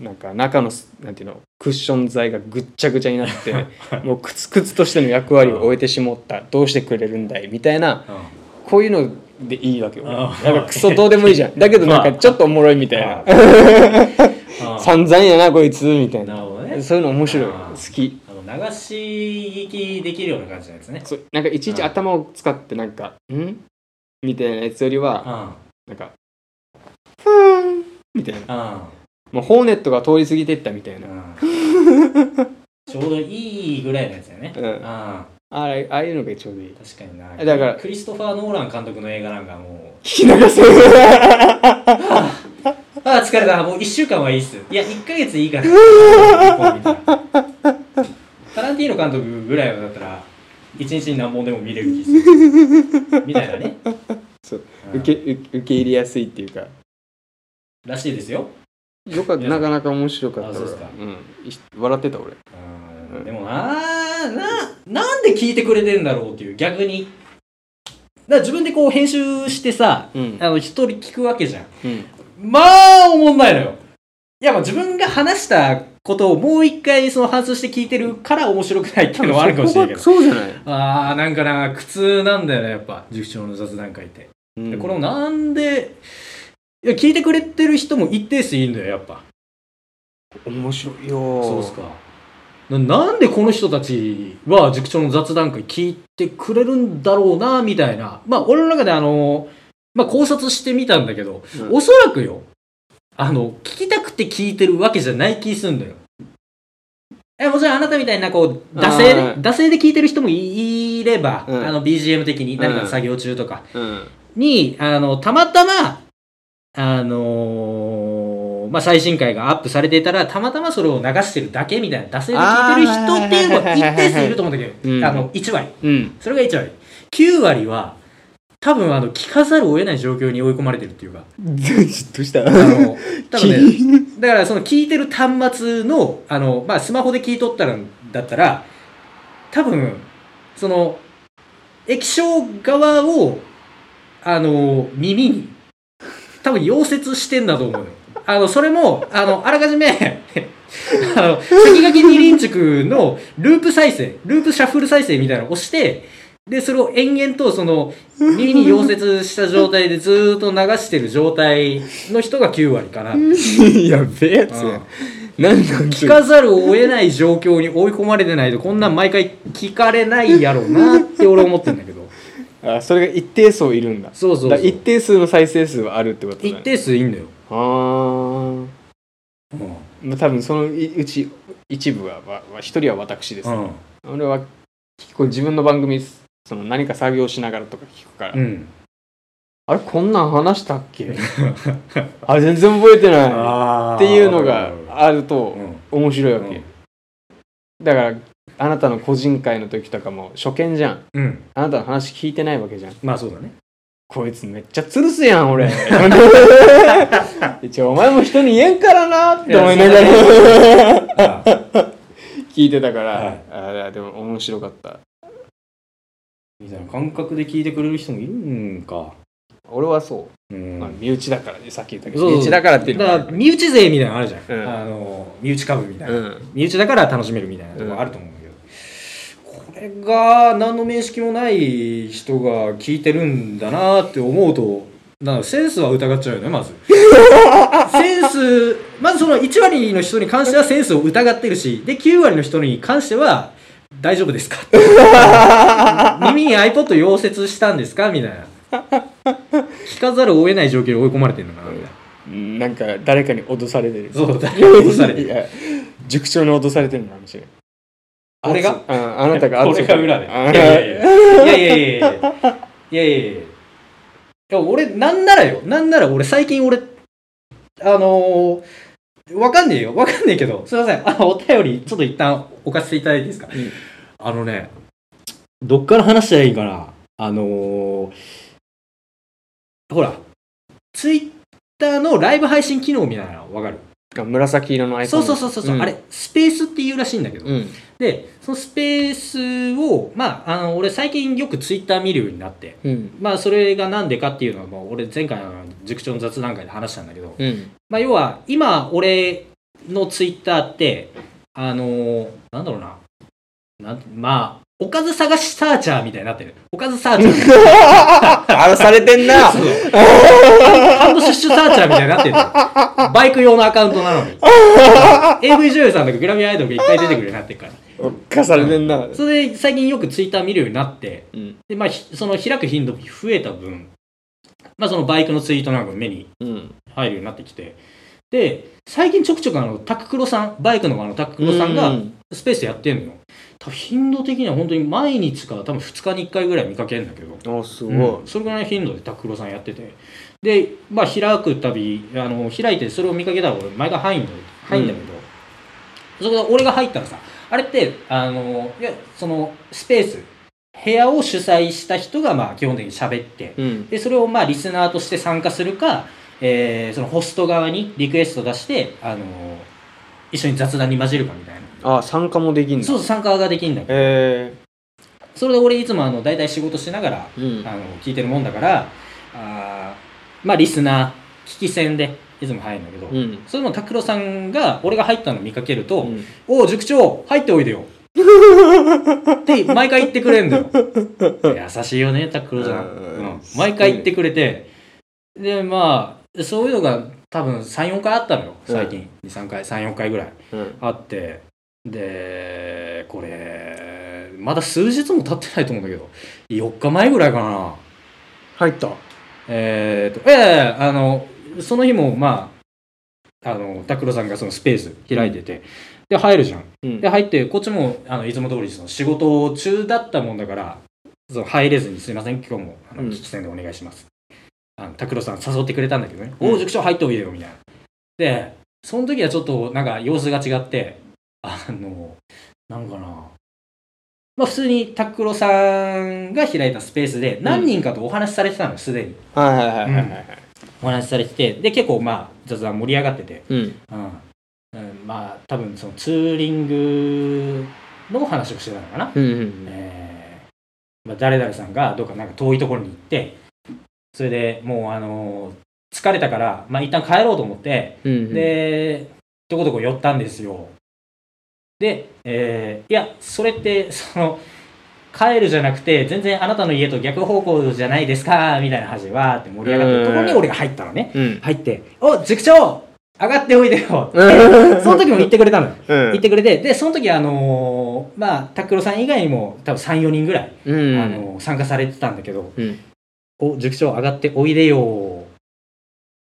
なんか中のすなんていうのクッション材がぐっちゃぐちゃになって [laughs] もうくつくつとしての役割を終えてしまったどうしてくれるんだいみたいなこういうのでいいわけよあなんかクソどうでもい [laughs] いじゃんだけどなんかちょっとおもろいみたいな [laughs] ああ散々やなこいつみたいなるなほどねそういうの面白いああ好きあの流し聞きできるような感じなんですねそうなんかいちいちうん頭を使ってなんか「ん?」みたいなやつよりはあなんか「ふーん」みたいなあもうホーネットが通り過ぎてったみたいなああちょうどいいぐらいのやつだよねうんああれああいうのがちょうどいいあ確かになだからクリストファー・ノーラン監督の映画なんかも聞き流せうああ疲れたもう1週間はいいっすいや1ヶ月い [laughs] いから一本みたいなタランティーノ監督ぐらいだったら1日に何本でも見れる気する [laughs] みたいなねそううん受け受け受け入れやすいっていうからしいですよよかっいたやなかなか面白かったあそうですか俺うんいし笑ってた俺うんでもなあななんで聞いてくれてるんだろうっていう逆にだから自分でこう編集してさ、うんあの一人聞くわけじゃんうんまあおもんないのよいやまあ自分が話したことをもう一回その反芻して聞いてるから面白くないっていうのはあるかもしれないけどそうじゃないあーなんかな苦痛なんだよねやっぱ塾長の雑談会って、でこれをなんでいや聞いてくれてる人も一定数いるんだよやっぱ面白いよそうっすかななんでこの人たちは塾長の雑談会聞いてくれるんだろうなみたいなまあ俺の中であの、まあ、考察してみたんだけど、うんおそらくよあの聞きたくて聞いてるわけじゃない気すんだよえもちろんあなたみたいなこう惰性あでー惰性で聞いてる人もいいれば、うんあの BGM 的に何うかん作業中とかうんにあのたまたまあのーまあ、最新回がアップされていたらたまたまそれを流してるだけみたいな惰性で聞いてる人っていうのは一定数いると思うんだけど、うんあの1割 [laughs] うんそれが1割9割は多分あの聞かざるを得ない状況に追い込まれてるっていうかどうしたあ [laughs] の多分ねだからその聞いてる端末のあの、まあ、スマホで聞いとったらだったら多分その液晶側をあの耳に多分溶接してんだと思うよあのそれもあのあらかじめ [laughs] あの先書き二輪軸のループ再生ループシャッフル再生みたいなのを押してでそれを延々とその耳に溶接した状態でずーっと流してる状態の人が9割かな [laughs] やべえやつやなんなん聞かざるを得ない状況に追い込まれてないとこんなん毎回聞かれないやろうなって俺思ってんだけどあそれが一定数いるんだ [laughs] そうそうだそからう一定数の再生数はあるってことだね一定数いいんだよ、あーまあ多分そのうち一部はわわ一人は私です、うん俺は結構自分の番組その何か作業しながらとか聞くから、うんあれこんなん話したっけあ全然覚えてないあっていうのがあると面白いわけ、うんだからあなたの個人会の時とかも初見じゃんうんあなたの話聞いてないわけじゃんまあそうだねこいつめっちゃ吊るすやん俺 [laughs] 一応お前も人に言えんからなって思いながいやそうらあー聞いてたから、はいあーでも面白かったみたいな感覚で聞いてくれる人もいるんか俺はそううまあ、ん身内だからねさっき言ったけそうそどう身内だからっていうのだはから身内勢みたいなのあるじゃん、うんあの身内株みたいな、うん身内だから楽しめるみたいなとこあると思うんだけど、これが何の面識もない人が聞いてるんだなって思うとなんかセンスは疑っちゃうよねまずセンスまずその1割の人に関してはセンスを疑ってるしで9割の人に関しては大丈夫ですか耳に iPod 溶接したんですかみたいな聞かざるを得ない状況に追い込まれてるのかなみたいなうんなんか誰かに脅されてるそう誰に [laughs] 脅されてるいや塾長に脅されてるのかもしれない俺がああ [laughs] なたがこれが裏で。いあやいやいやいやいやいやいやいやいやいやいや俺、なんならよ。なんなら俺、最近俺、あのー、わかんねえよ。わかんねえけど、すいません。あの、お便り、ちょっと一旦置かせていただいていいですか。んあのね、どっから話したらいいかな。あのー、ほら、ツイッターのライブ配信機能みたいなのわかる紫色のアイコそうンそうそうそう、んあれ、スペースっていうらしいんだけど、うんでそのスペースをまああの俺最近よくツイッター見るようになってうんまあそれがなんでかっていうのはもう俺前回の塾長の雑談会で話したんだけど、うんまあ要は今俺のツイッターってあのーなんだろうな。なんまあ、おかず探しサーチャーみたいになってる。おかずサーチャーみたいな。荒らされてんなそうハンドシュッシュサーチャーみたいになってるのよバイク用のアカウントなのに。AV 女優さんとかグラビアアイドルがいっぱい出てくるようになってるから。犯されてんなそれで最近よくツイッター見るようになって、うんでまあ、ひその開く頻度が増えた分、まあ、そのバイクのツイートなんかも目にうん入るようになってきて、で、最近ちょくちょくあの、タククロさん、バイクのあのタククロさんうがスペースやってんのよ。多分頻度的には本当に毎日か多分2日に1回ぐらい見かけるんだけど、あすごい、うんそれぐらいの頻度で拓郎さんやっててで、まあ、開くたびあの開いてそれを見かけたら俺毎回入んだよ入んだけど、そこで俺が入ったらさあれってあのいやそのスペース部屋を主催した人がまあ基本的に喋ってうんでそれをまあリスナーとして参加するか、えーそのホスト側にリクエスト出してあの一緒に雑談に混じるかみたいなあ参加もできんだそうそう参加ができるんだけどへそれで俺いつもあの大体仕事しながらえうんあの聞いてるもんだからあーまあリスナー聞き戦でいつも入るんだけど、うんそれも拓郎さんが俺が入ったの見かけると「うんおお塾長入っておいでよ」 [laughs] って毎回言ってくれんだよ優しいよね拓郎さん、ううんん毎回言ってくれてでまあそういうのが多分34回あったのよ最近、23回34回ぐらいうんあってでこれまだ数日も経ってないと思うんだけど4日前ぐらいかな入ったえー、とええあのその日もまああの拓郎さんがそのスペース開いてて、で入るじゃんうんで入ってこっちもあのいつも通りその仕事中だったもんだからその入れずにすいません今日もあのうん聞き戦でお願いしますあの拓郎さん誘ってくれたんだけどね「うんおお塾長入っておいでよ」みたいなでその時はちょっとなんか様子が違ってあのなんかなまあ普通に拓郎さんが開いたスペースで何人かとお話しされてたのよすでにはいはいはいはいはいお話しされててで結構まあ雑談盛り上がっててうんうん、うん、まあ多分そのツーリングの話をしてたのかな、うんうんえーまあ、誰々さんがどっかなんか遠いところに行ってそれでもうあのー疲れたからまあ一旦帰ろうと思ってうんでどこどこ寄ったんですよで、えーいやそれってその帰るじゃなくて全然あなたの家と逆方向じゃないですかみたいな話わーって盛り上がってるところに俺が入ったのねうん入って「お塾長上がっておいでよ」うんその時も言ってくれたのようん言ってくれてでその時あのーまあ拓郎さん以外にも多分34人ぐらい、うんあのー参加されてたんだけどうん「お塾長上がっておいでよ」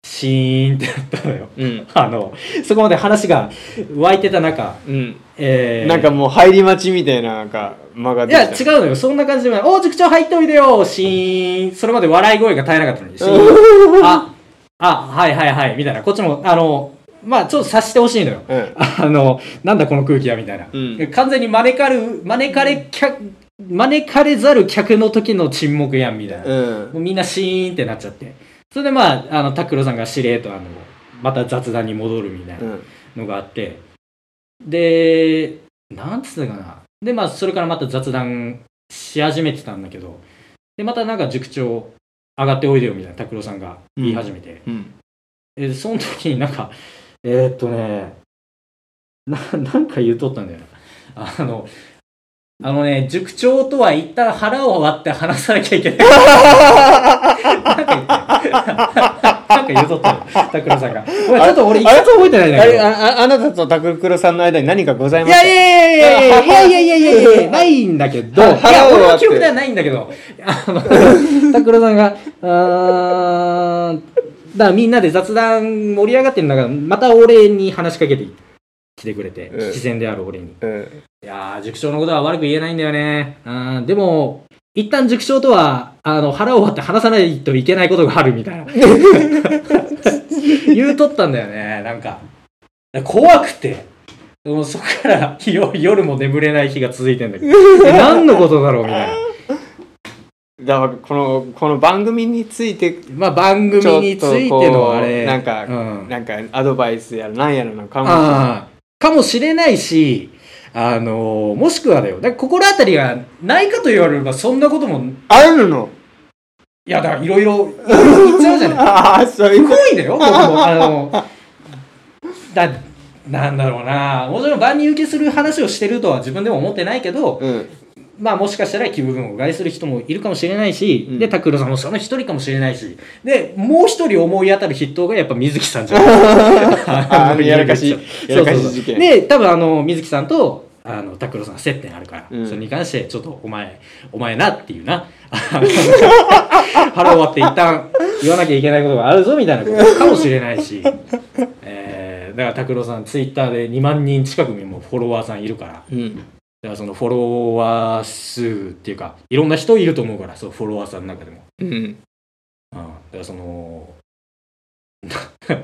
シーンってなったのよ [laughs] うんあのそこまで話が湧いてた中、うんえーなんかもう入り待ちみたいななんか間がい出やて違うのよそんな感じでもない「お塾長入っておいでよ」シーンそれまで笑い声が絶えなかったのにシーンあ、あ、はいはいはい、みたいな。こっちも、あの、まあちょっと察してほしいのよ。うんあの、なんだこの空気は、みたいな。うん完全に招かる、招かれ客、招かれざる客の時の沈黙やん、みたいな。もうんうみんなシーンってなっちゃって。それでまあ、あの、拓郎さんがしれっと、あの、また雑談に戻るみたいなうんのがあって。で、なんつうのかな。で、まあ、それからまた雑談し始めてたんだけど、で、またなんか塾長、上がっておいでよみたいな拓郎さんが言い始めて、うんえその時になんかえーっとねななんか言うとったんだよなあのあのね塾長とは一旦腹を割って話さなきゃいけないなんか言ってなんか言うとったよ拓郎さんがお前ちょっと俺一回覚えてないんだあけれどあああなたとタククロさんの間に何かございいましたやいやいやいやいやいやいやいやいやいやないんだけど、いはや、腹を割って俺の記憶ではないんだけど、あの、拓郎さんが、あーだからみんなで雑談盛り上がってる中、また俺に話しかけてきてくれて、うん自然である俺に。うんいやー、塾長のことは悪く言えないんだよね。うん、でも、一旦塾長とは、あの、腹を割って話さないといけないことがあるみたいな。 [laughs] 言うとったんだよね、なんか。怖くて。もうそこからよ夜も眠れない日が続いてんだけ [laughs] ど。え何のことだろうみたいな。だからこのこの番組についてまあ、番組についてのあれ。ちょっとこうなんかうん、なんかアドバイスやらなんやらのかもしれないああかもしれないし、あのもしくはだよ。だから心当たりがないかと言われれば、そんなこともあるのいや、だからいろいろ言っちゃうじゃない。ああそういうすごいんだよ、僕も。あの、だ、なんだろうなもちろん万人受けする話をしてるとは自分でも思ってないけど、うんまあもしかしたら気分を害する人もいるかもしれないし、うんで、拓郎さんもその一人かもしれないし、で、もう一人思い当たる筆頭がやっぱ水木さんじゃな [laughs] あいのやらかしやらかし事件で、多分あの、水木さんと、あの、拓郎さんが接点あるから、うんそれに関して、ちょっとお前、お前なっていうな、 [laughs] 腹を割って一旦言わなきゃいけないことがあるぞみたいなことかもしれないし、えー、だから拓郎さん、ツイッターで2万人近くにもフォロワーさんいるから、うんだからそのフォロワー数っていうか、いろんな人いると思うから、そうフォロワーさんの中でも。うんうん、だからその、なこんだう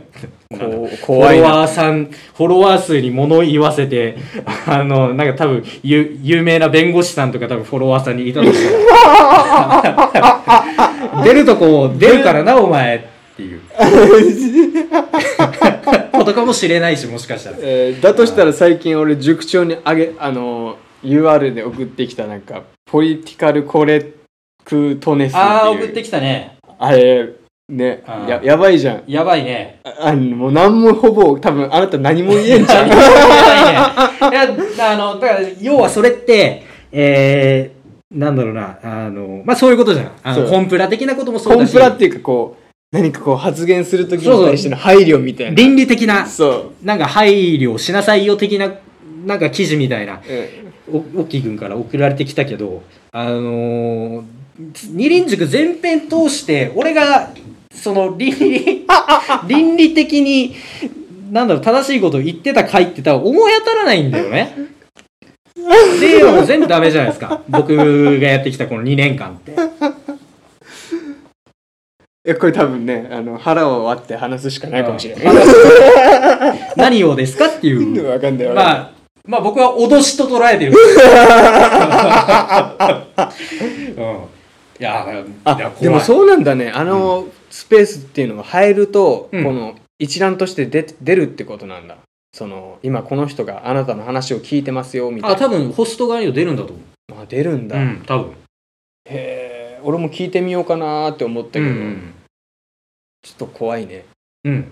フォ怖いロなワーさん、フォロワー数に物言わせて、 [laughs] あの、なんか多分、ゆ有名な弁護士さんとか多分フォロワーさんにいたと [laughs] したら出るとこ、出るからな、お前って [laughs] いう。ことかもしれないし、もしかしたら。えーだとしたら最近俺塾長にあげあの UR で送ってきたなんかポリティカルコレクトネスっていうああ、送ってきたね。あれねあーややばいじゃんやばいね。ああのもう何もほぼ多分あなた何も言えんじゃんいや、あの、だから、要はそれって、えー、なんだろうな、あの、まあ、そういうことじゃん。あの、そうコンプラ的なことも [laughs] そうコだンし、プラっていうかこう何かこう発言する時に対しての配慮みたいな倫理的な、そうなんか配慮しなさいよ的な、なんか記事みたいな、うんお、おっきい君から送られてきたけど、あのー二輪塾全編通して、俺が、その、倫理、倫理的に、なんだろう、正しいことを言ってた回って多分思い当たらないんだよね。っていうのも全部ダメじゃないですか。僕がやってきたこの2年間って。えこれ多分ねあの腹を割って話すしかないかもしれない [laughs] 何をですかっていう。分かんないまあ、まあ僕は脅しと捉えてる。うんいや、だからいやあでも怖いそうなんだねあの、スペースっていうのが入ると、うんこの一覧として出出るってことなんだその今この人があなたの話を聞いてますよみたいあ、な多分ホスト側には出るんだと思う。あ出るんだ、うん、多分。へえ俺も聞いてみようかなーって思ったけど、うんちょっと怖いねうん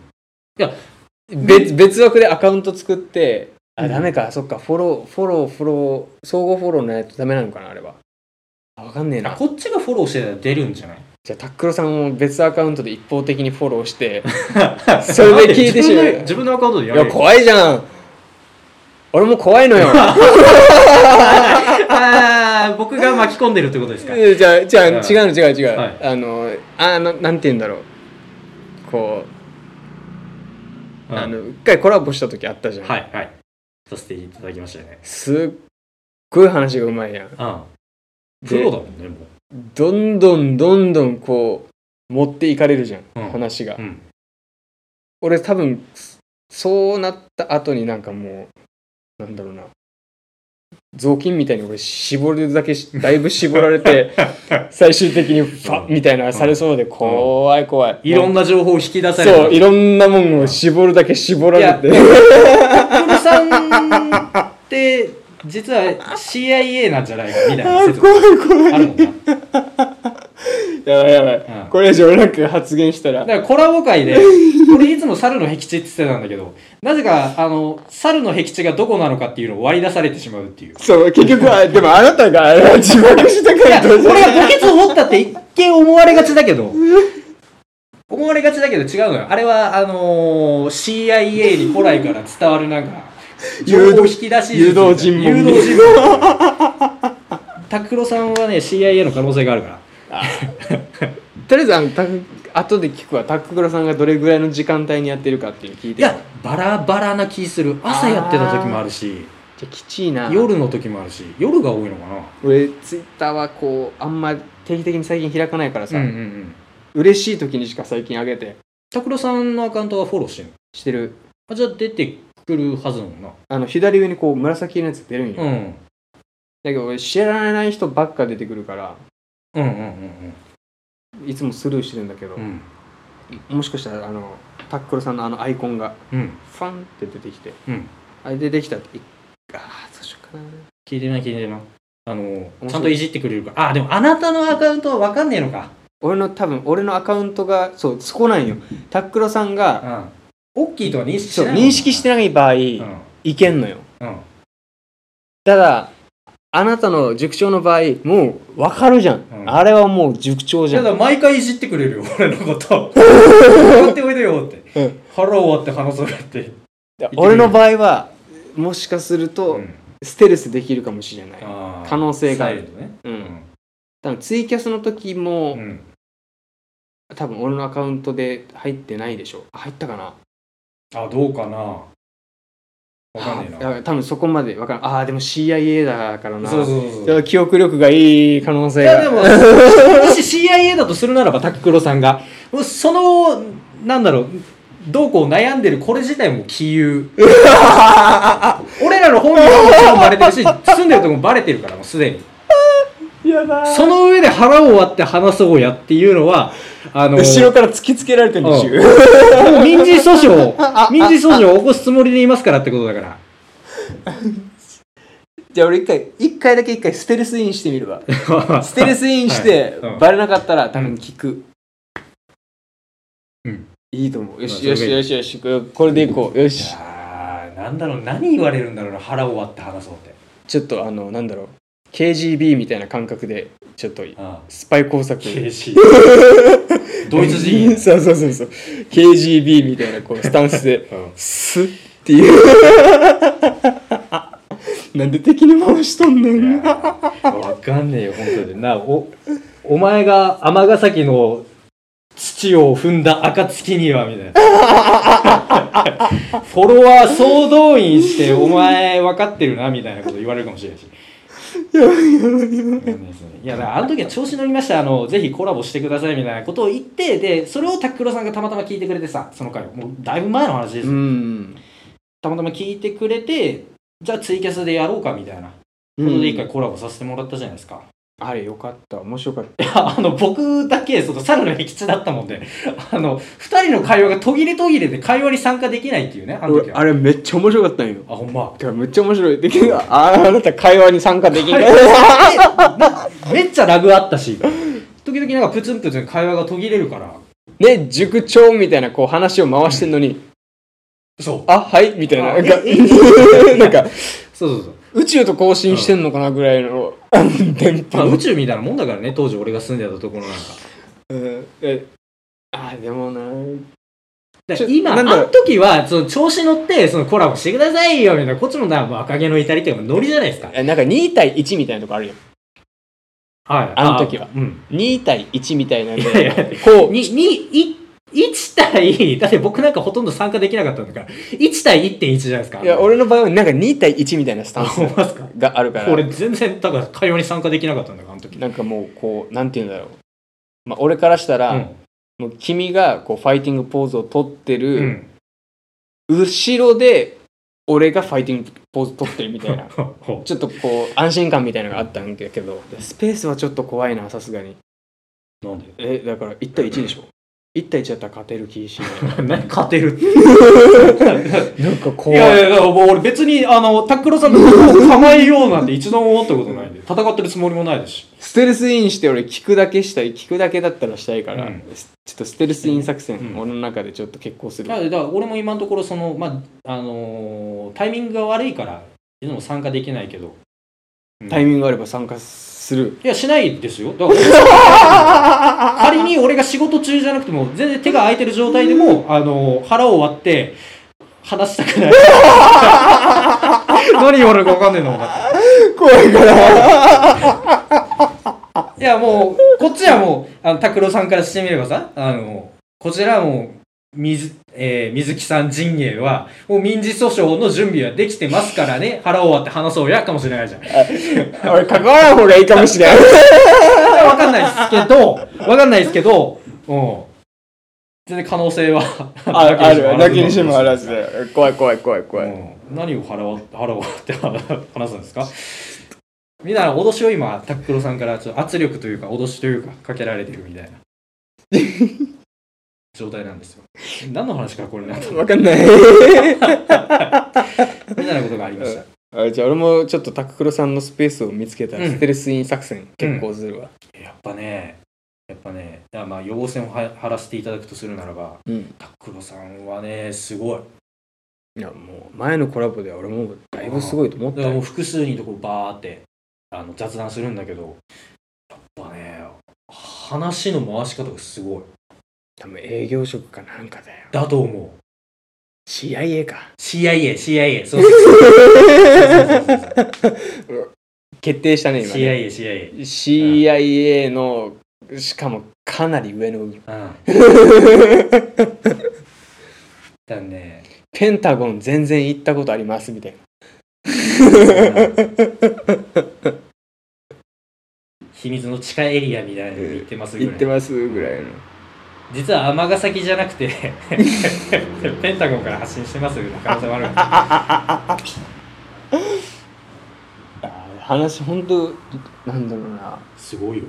うん。別別枠でアカウント作ってうあんダメか、そっかフォローフォローフォロー総合フォローのやつダメなのかなあれはあわかんねえうん。あなこっちがフォローしてたら出るんじゃないじゃあタックロさんを別アカウントで一方的にフォローしてそれで聞いてしまなんうで自分の自分のアカウントでやいやる怖いじゃん俺も怖いのよあー僕が巻き込んでるってことですかいやじゃあじゃあ違うんうの違う違う、はいあのあのなんて言うんだろうこう、うんあの一回コラボした時あったじゃん、はいはいさせていただきましたよねすっごい話がうまいやんうんプでロだもんねもどんどんどんどんこう持っていかれるじゃん、うん話が、ううん俺多分そうなった後になんかもうなんだろうな雑巾みたいに俺絞るだけしだいぶ絞ら [laughs] れて最終的にファッみたいなされそうで怖い怖い、いろんな情報を引き出されそういるろんなもんを絞るだけ絞られてプロさんって実は CIA なんじゃないかみたいな説も怖い怖いあるもんな [laughs] やばいやばい、うんこれ以上なんか発言したらだからコラボ会で、俺いつも猿の僻地って言ってたんだけど、なぜか、あの、猿の僻地がどこなのかっていうのを割り出されてしまうっていう。そう結局はでもあなたがあれは自爆したかいや、らどうぞ [laughs] 俺が墓穴を掘ったって一見思われがちだけ [laughs] ど、思われがちだけど違うのよ。あれは、あのー CIA に古来から伝わるなんか、情誘導報引き出し誘導尋問誘導尋 [laughs] 問。拓郎さんはね、CIA の可能性があるから。とりあえずあのタク後で聞くわタックグラさんがどれぐらいの時間帯にやってるかっていうの聞いていや、バラバラな気する。朝やってた時もあるし、じゃあきちいな夜の時もあるし、夜が多いのかな。俺ツイッターはこうあんま定期的に最近開かないからさ、うんうんうん。嬉しい時にしか最近上げて拓郎さんのアカウントはフォローしてるのしてるあじゃあ出てくるはずだもんな。あの左上にこう紫色のやつ出るんよ、うだん。けど俺知らない人ばっか出てくるからうんうんうんいつもスルーしてるんだけど、うん。うん。もしかしたらあのタックルさんのあのアイコンがうん。ファンって出てきてうん。あれ出てきたっていああどうしようかな聞いてない聞いてない。あの、白いちゃんといじってくれるから。あ、でもあなたのアカウントはわかんねえのか。俺の多分俺のアカウントがそうそこなんよタックロさんがうん。大きいとは認識しそうてないもん認識してない場合、うんいけんのようんただあなたの塾長の場合もう分かるじゃん、うんあれはもう塾長じゃたんだ毎回いじってくれるよ [laughs] 俺のこと「やっておいでよ」ってうん「腹を割って話そうよ」って、でくれる俺の場合はもしかするとうんステルスできるかもしれない、あー可能性があるサイレントねう、うんん多分ツイキャスの時も、うん多分俺のアカウントで入ってないでしょ入ったかなあどうかなわかんねえあ多分そこまで分かんああでも CIA だからななそうそうそういそうや記憶力がいい可能い性がやでもも [laughs] し CIA だとするならばタククロさんがもうそのなんだろうどうこう悩んでるこれ自体も杞 [laughs] 憂俺らの本名ももちろんバレてるし住んでるとこもバレてるからもうすでにやだその上で腹を割って話そうやっていうのは、あの、後ろから突きつけられてるんでしうょもう民事訴訟 [laughs] を、民事訴訟を起こすつもりでいますからってことだから。じゃあ俺一回一回だけ一回ステルスインしてみるわス [laughs] テルスインしはいてうんバレなかったら多分聞くうんいいと思うよしまあよしよしよしこれでいこうよしあーなんだろう、何言われるんだろうな、腹を割って話そうって。ちょっとあのなんだろう KGB みたいな感覚でちょっとああスパイ工作 KC。ド [laughs] イツ人人 [laughs] そうそうそうそう KGB みたいな [laughs] こうスタンスでうんスッっていう [laughs] なんで敵に回しとんねいんやーわかんねえよ、本当に。な、お、お前が尼崎の土を踏んだ暁には、みたいな。 [laughs] フォロワー総動員して、お前分かってるな、みたいなこと言われるかもしれないし。わかんないですねいや、だからあの時は調子乗りました、あの、ぜひコラボしてください、みたいなことを言って、で、それをタックロさんがたまたま聞いてくれてさ、その回を、もうだいぶ前の話ですよ。うんたまたま聞いてくれて、じゃあツイキャスでやろうか、みたいな。うこんとで一回コラボさせてもらったじゃないですか。 [laughs] あれよかった面白かっいや、あの、僕だけ、その、猿の僻地だったもんで、あの、二人の会話が途切れ途切れで会話に参加できないっていうね、あたの時俺は。あれめっちゃ面白かったんよあ、ほんま。てかめっちゃ面白いできるああなた会話に参加できない、めっ [laughs] ちゃラグあったし、時々なんかプツンプツン会話が途切れるから、 [laughs] ね塾長みたいなこう話を回してんのにそう。あはいみたいあななんかええ [laughs] なんかそうそうそう。宇宙と交信してんのかなぐらいの [laughs] 電まあ、波宇宙みたいなもんだからね、当時俺が住んでたところなんか。うんえあでもなだちかょら今、あなんだろうの時は、その調子乗って、そのコラボしてくださいよ、みたいな、こっちもだ、もう赤毛の至りというかノリじゃないですか。えなんか2対1みたいなとこあるよはい。あの時はうん。 2対1みたいなんいやいやでこうに、に、い、1対、 [laughs] だって僕なんかほとんど参加できなかったんだから、1対1.1じゃないですか。いや俺の場合はなんか2対1みたいなスタンあ、[laughs] ス思いますかがあるから俺全然、だから会話に参加できなかったんだから、あの時。なんかもうこうなんて言うんだろう、まあ、俺からしたら、うんもう君がこうファイティングポーズを取ってうる、ん。後ろで俺がファイティングポーズ取ってるみたい [laughs] なほちょっとこう安心感みたいなのがあったんだけどスペースはちょっと怖いなさすがにうなんでえだから1対1でしょ1対1だったら勝てる気しな [laughs] 何勝て [laughs] るって。いなんかい怖やいや、だからもう俺別に、あの、タックロさんのことを構えようなんて一度も思ったことないんで、戦ってるつもりもないですし。ステルスインして俺聞くだけしたい聞くだけだったらしたいから、うんすちょっとステルスイン作戦、うん俺の中でちょっと決行する、なので、だから俺も今のところ、その、まあ、あのータイミングが悪いから、いつも参加できないけど。タイミングがあれば参加するいや、しないですよ。だから [laughs] 仮に俺が仕事中じゃなくても、全然手が空いてる状態でも、あの、腹を割って、話したくない。 [laughs] 何言われるか分かんねえの怖いからいや、もう、こっちはもう、あの、拓郎さんからしてみればさ、あの、こちらはもう、水、えー水木さん陣営は、もう民事訴訟の準備はできてますからね、腹を割って話そうや、かもしれないじゃん。俺関わらん方がいいかもしれないわかんないですけど、わかんないですけど、うん。全然可能性はああるだけにしももあらずで怖い怖い怖い怖い、うん何を腹を腹を割って話すんですかみんな脅しを今タックロさんからちょっと圧力というか脅しというかかけられてるみたい [laughs] な状態なんですよ何の話からこれになったの分かん [laughs] ないみたいなことがありましたあじゃあ俺もちょっとタククロさんのスペースを見つけたらうんステルスイン作戦決行するわ、やっぱねやっぱね、だからまあ、予防線をは張らせていただくとするならば、うん、タックロさんはね、すごい。いやもう前のコラボでは俺もだいぶすごいと思っだたからもうよ複数にとこバーってあの雑談するんだけど、やっぱね、話の回し方がすごい。多分営業職かなんかだよだと思う。 CIA か CIA、CIA、そうそうそうそうそうそう。決定したね今ね CIA、CIA。 CIA のしかもかなり上のうん。だ [laughs] ね。ペンタゴン全然行ったことありますみたいな秘密の地下エリアみたいなのに行ってますぐらい。 [laughs] 行ってますぐらいの実は尼崎じゃなくて [laughs] ペンタゴンから発信してますぐらいの可能性もあるんであー話本当なんだろうなすごいよ。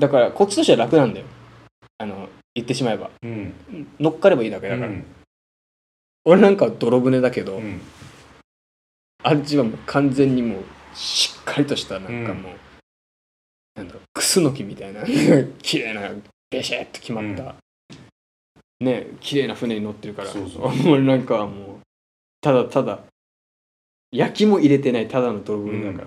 だからこっちとしては楽なんだよあの言ってしまえばうん。乗っかればいいだけだだかからら、、俺なんかは泥船だけど、うんあっちはもう完全にもうしっかりとしたなんかもう、なんだろうクスノキみたいな [laughs] 綺麗なベシャッと決まった、ね綺麗な船に乗ってるからそうそう俺なんかはもうただただ焼きも入れてないただの泥船だから、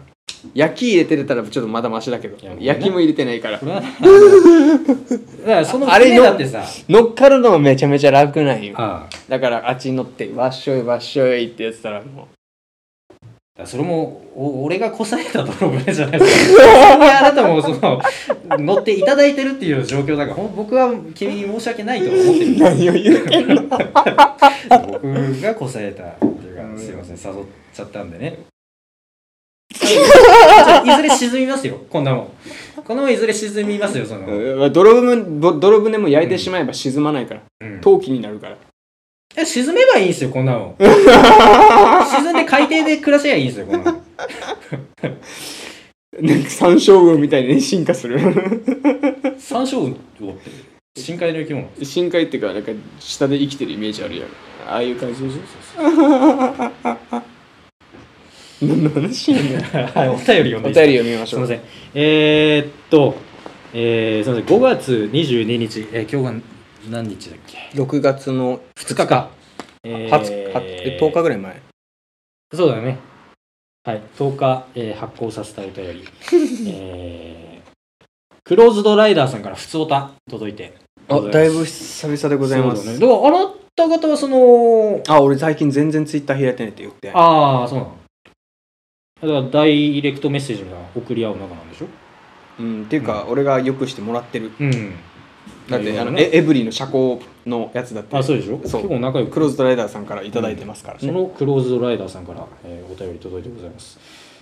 焼き入れてたらちょっとまだマシだけどいやもうね焼きも入れてないからこれはだからそのあれ船だってさ、乗っかるのがめちゃめちゃ楽なんよああだからあっちに乗ってわっしょいわっしょいってやってたらもうだからそれもお俺がこさえた泥船じゃないですか。いやあなたもその乗っていただいてるっていう状況だから、ほん僕は君に申し訳ないとは思ってる。何を言うてんの僕がこさえたっていうか、すいません誘っちゃったんでね [laughs] いずれ沈みますよこんなもんこのままいずれ沈みますよその、うん泥船ど泥船も焼いてしまえば沈まないから、うん陶器になるからえ沈めばいいんですよこんなもん沈んで海底で暮らせばいいんですよこんなも [laughs] んなんか山椒魚みたいに進化する山椒魚って深海の生き物 [laughs] 深海っていうかなんか下で生きてるイメージあるやんああいう感じでし [laughs] ょ何の話やねんはいお便り読ん [laughs] でおいいで便すかり読みますしみまょう [laughs] せん。えー、っと、えー、すみません。5月22日、えー、今日が何日だっけ6月の ?2 日か。え20は10日ぐらい前そうだね。はい、10日、えー発行させたお便 [laughs] り。えー、クローズドライダーさんから普通おた届いて。あだいぶ久々でごございます、ね、だからあなた方はその、あ俺最近全然ツイッター開いてないって言ってああ、そうなの。だからダイレクトメッセージみたいなの送り合う仲なんでしょうんっていうか、俺がよくしてもらってるうん。だってあの、ねエエブリィの社交のやつだってあ、そうでしょそう結構仲良くクローズドライダーさんからいただいてますからそね、のクローズドライダーさんから、えーお便り届いてございます。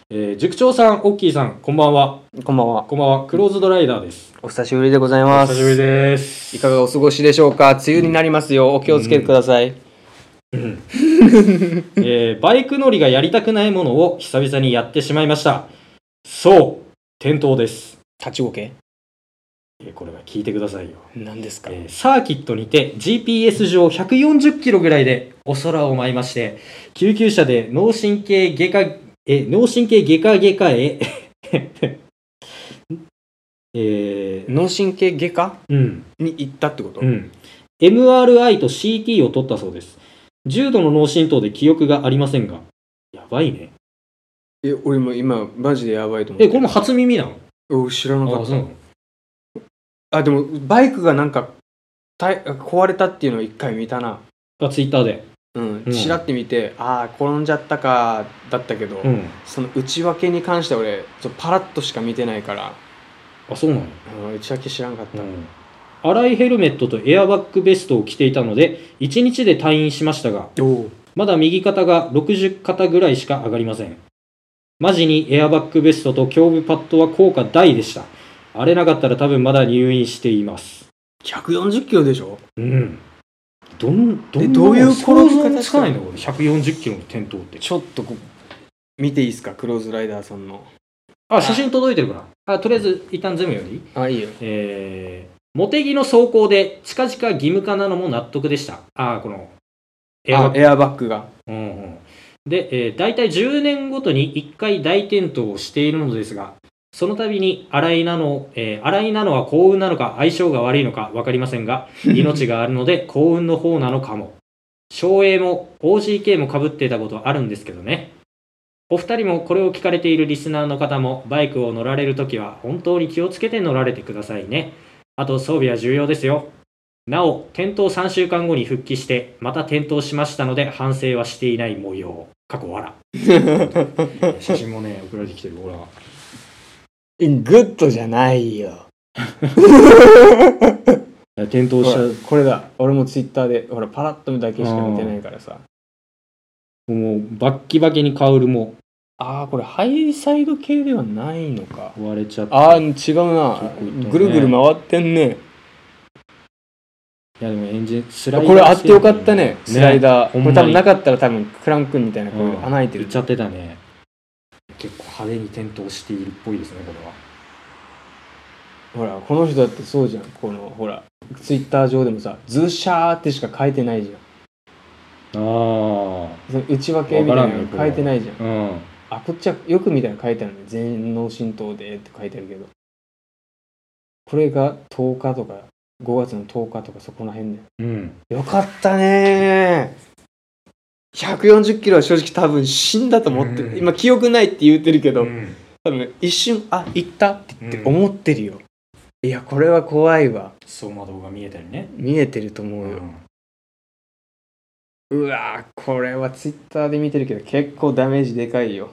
えー塾長さん、オッキーさん、こんばんは。こんばんはこんばんは。クローズドライダーです。お久しぶりでございおます久しぶりです。いかがお過ごしでしょうか梅雨になりますよお気をつけてください、えーバイク乗りがやりたくないものを [laughs] 久々にやってしまいました。そう、転倒です。立ちごけえーこれは聞いてくださいよ。何ですか、えーサーキットにて GPS 上140キロぐらいでお空を舞いまして、救急車で脳神経外科、え、脳神経外科外科へ、 [laughs] えー脳神経外科うん、に行ったってこと、うん、MRI と CT を取ったそうです。重度の脳震盪で記憶がありませんが、やばいね。え俺も今マジでやばいと思ってえ、これも初耳なのお知らなかあっそうなのたあでもバイクがなんかたい壊れたっていうのを一回見たなあ、ツイッターで。うんうんちらって見て、ああ転んじゃったかだったけど、ん。その内訳に関しては俺ちょっとパラッとしか見てないから、あ、そうなのうん、内訳知らんかった、うん。荒いヘルメットとエアバッグベストを着ていたので、1日で退院しましたが、おおまだ右肩が60肩ぐらいしか上がりません。マジにエアバッグベストと胸部パッドは効果大でした。あれなかったら多分まだ入院しています。 140キロでしょうん。どん、どんなどういう転び方想像もつかないのこれ ?140 キロの転倒って。ちょっとこ見ていいですかクローズライダーさんのあ、写真届いてるから。あ、とりあえず一旦全部読んでいいあいいよえー、茂木の走行で近々義務化なのも納得でした。あー、この、エアバあッグエアバッグがうんうんで、えー、大体10年ごとに1回大転倒をしているのですが、その度に荒井なの、えー荒井なのは幸運なのか相性が悪いのか分かりませんが命があるので幸運の方なのかも照英も OGK もかぶっていたことあるんですけどねお二人もこれを聞かれているリスナーの方もバイクを乗られるときは本当に気をつけて乗られてくださいねあと装備は重要ですよなお転倒3週間後に復帰してまた転倒しましたので反省はしていない模様過去笑 [laughs] 写真もね送られてきてるほら [laughs] グッドじゃない [laughs] よ。転倒ほしらたこれだ。俺もツイッターで、ほら、パラッと見ただけしか見てないからさ。もうバッキバキにカウルもああ、これ、ハイサイド系ではないのか。割れちゃってああ、い違うな結構いったね。ぐるぐる回ってんね。やでもエンジンスライダーこれ、あってよかったね。スライダー。ほんこまれ、に多分なかったら、多分クランクンみたいな、こういう穴開いて行るっ。ちゃってたね結構派手に転倒しているっぽいですねこれはほら、この人だってそうじゃん。この、ほら、ツイッター上でもさ、ズシャーってしか書いてないじゃん。あその内訳みたいわからなんのねこれ書はいてないじゃん。あうんあ、こっちはよく見たら書いてあるね。全脳神頭でって書いてあるけど。これが10日とか、5月の10日とかそこら辺だうんよ。よかったねー。140キロは正直多分死んだと思ってる。うん今記憶ないって言ってるけど、うん多分一瞬、あ、行ったって言ってうん思ってるよ。いや、これは怖いわ。走馬灯が見えたりね見えてると思うよ。うわーこれはツイッターで見てるけど結構ダメージでかいよ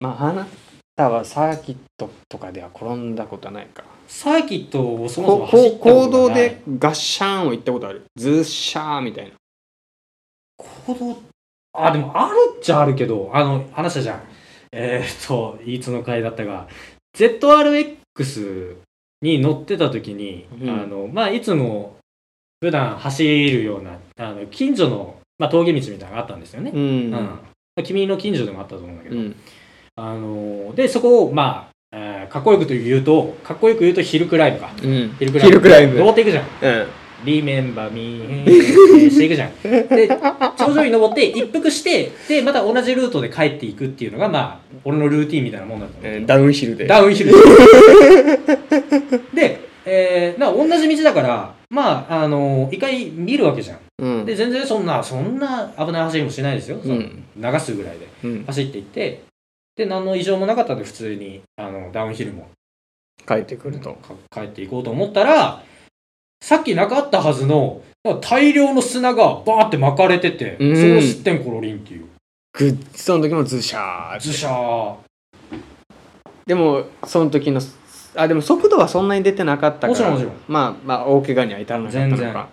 まああなたはサーキットとかでは転んだことはないかサーキットをそもそこも走っこうたこと行が動ないでガッシャーンを言ったことあるズッシャーみたいな行動あでもあるっちゃあるけどあの話したじゃんえー、っといつの回だったが ZRX に乗ってた時に、うんあのまあいつも普段走るようなあの近所の、まあ、峠道みたいなのがあったんですよね、ううんんまあ君の近所でもあったと思うんだけうど、んあのでそこをまあ、えーかっこよくと言うとかっこよく言うとヒルクライムかうんヒルヒルクライム登っていくじゃんうんリメンバーミーしていくじゃん。で、頂上に登って一服して、で、また同じルートで帰っていくっていうのが、まあ、俺のルーティンみたいなもんだと思えうーダウンヒルでダウンヒル。で、えー、な同じ道だから、まあ、あの一回見るわけじゃん。うんで、全然そんな、そんな危ない走りもしないですよ。そのうん流すぐらいでうん走っていって、で、何の異常もなかったんで、普通に、あの、ダウンヒルも帰ってくるとか帰っていこうと思ったらさっきなかったはずの大量の砂がバーって巻かれてて、うんそれをすってんころりんっていうグッその時もズシャーってズシャーでもその時のあでも速度はそんなに出てなかったからもちろんもちろんまあまあ大怪我には至らなかったの全か然あ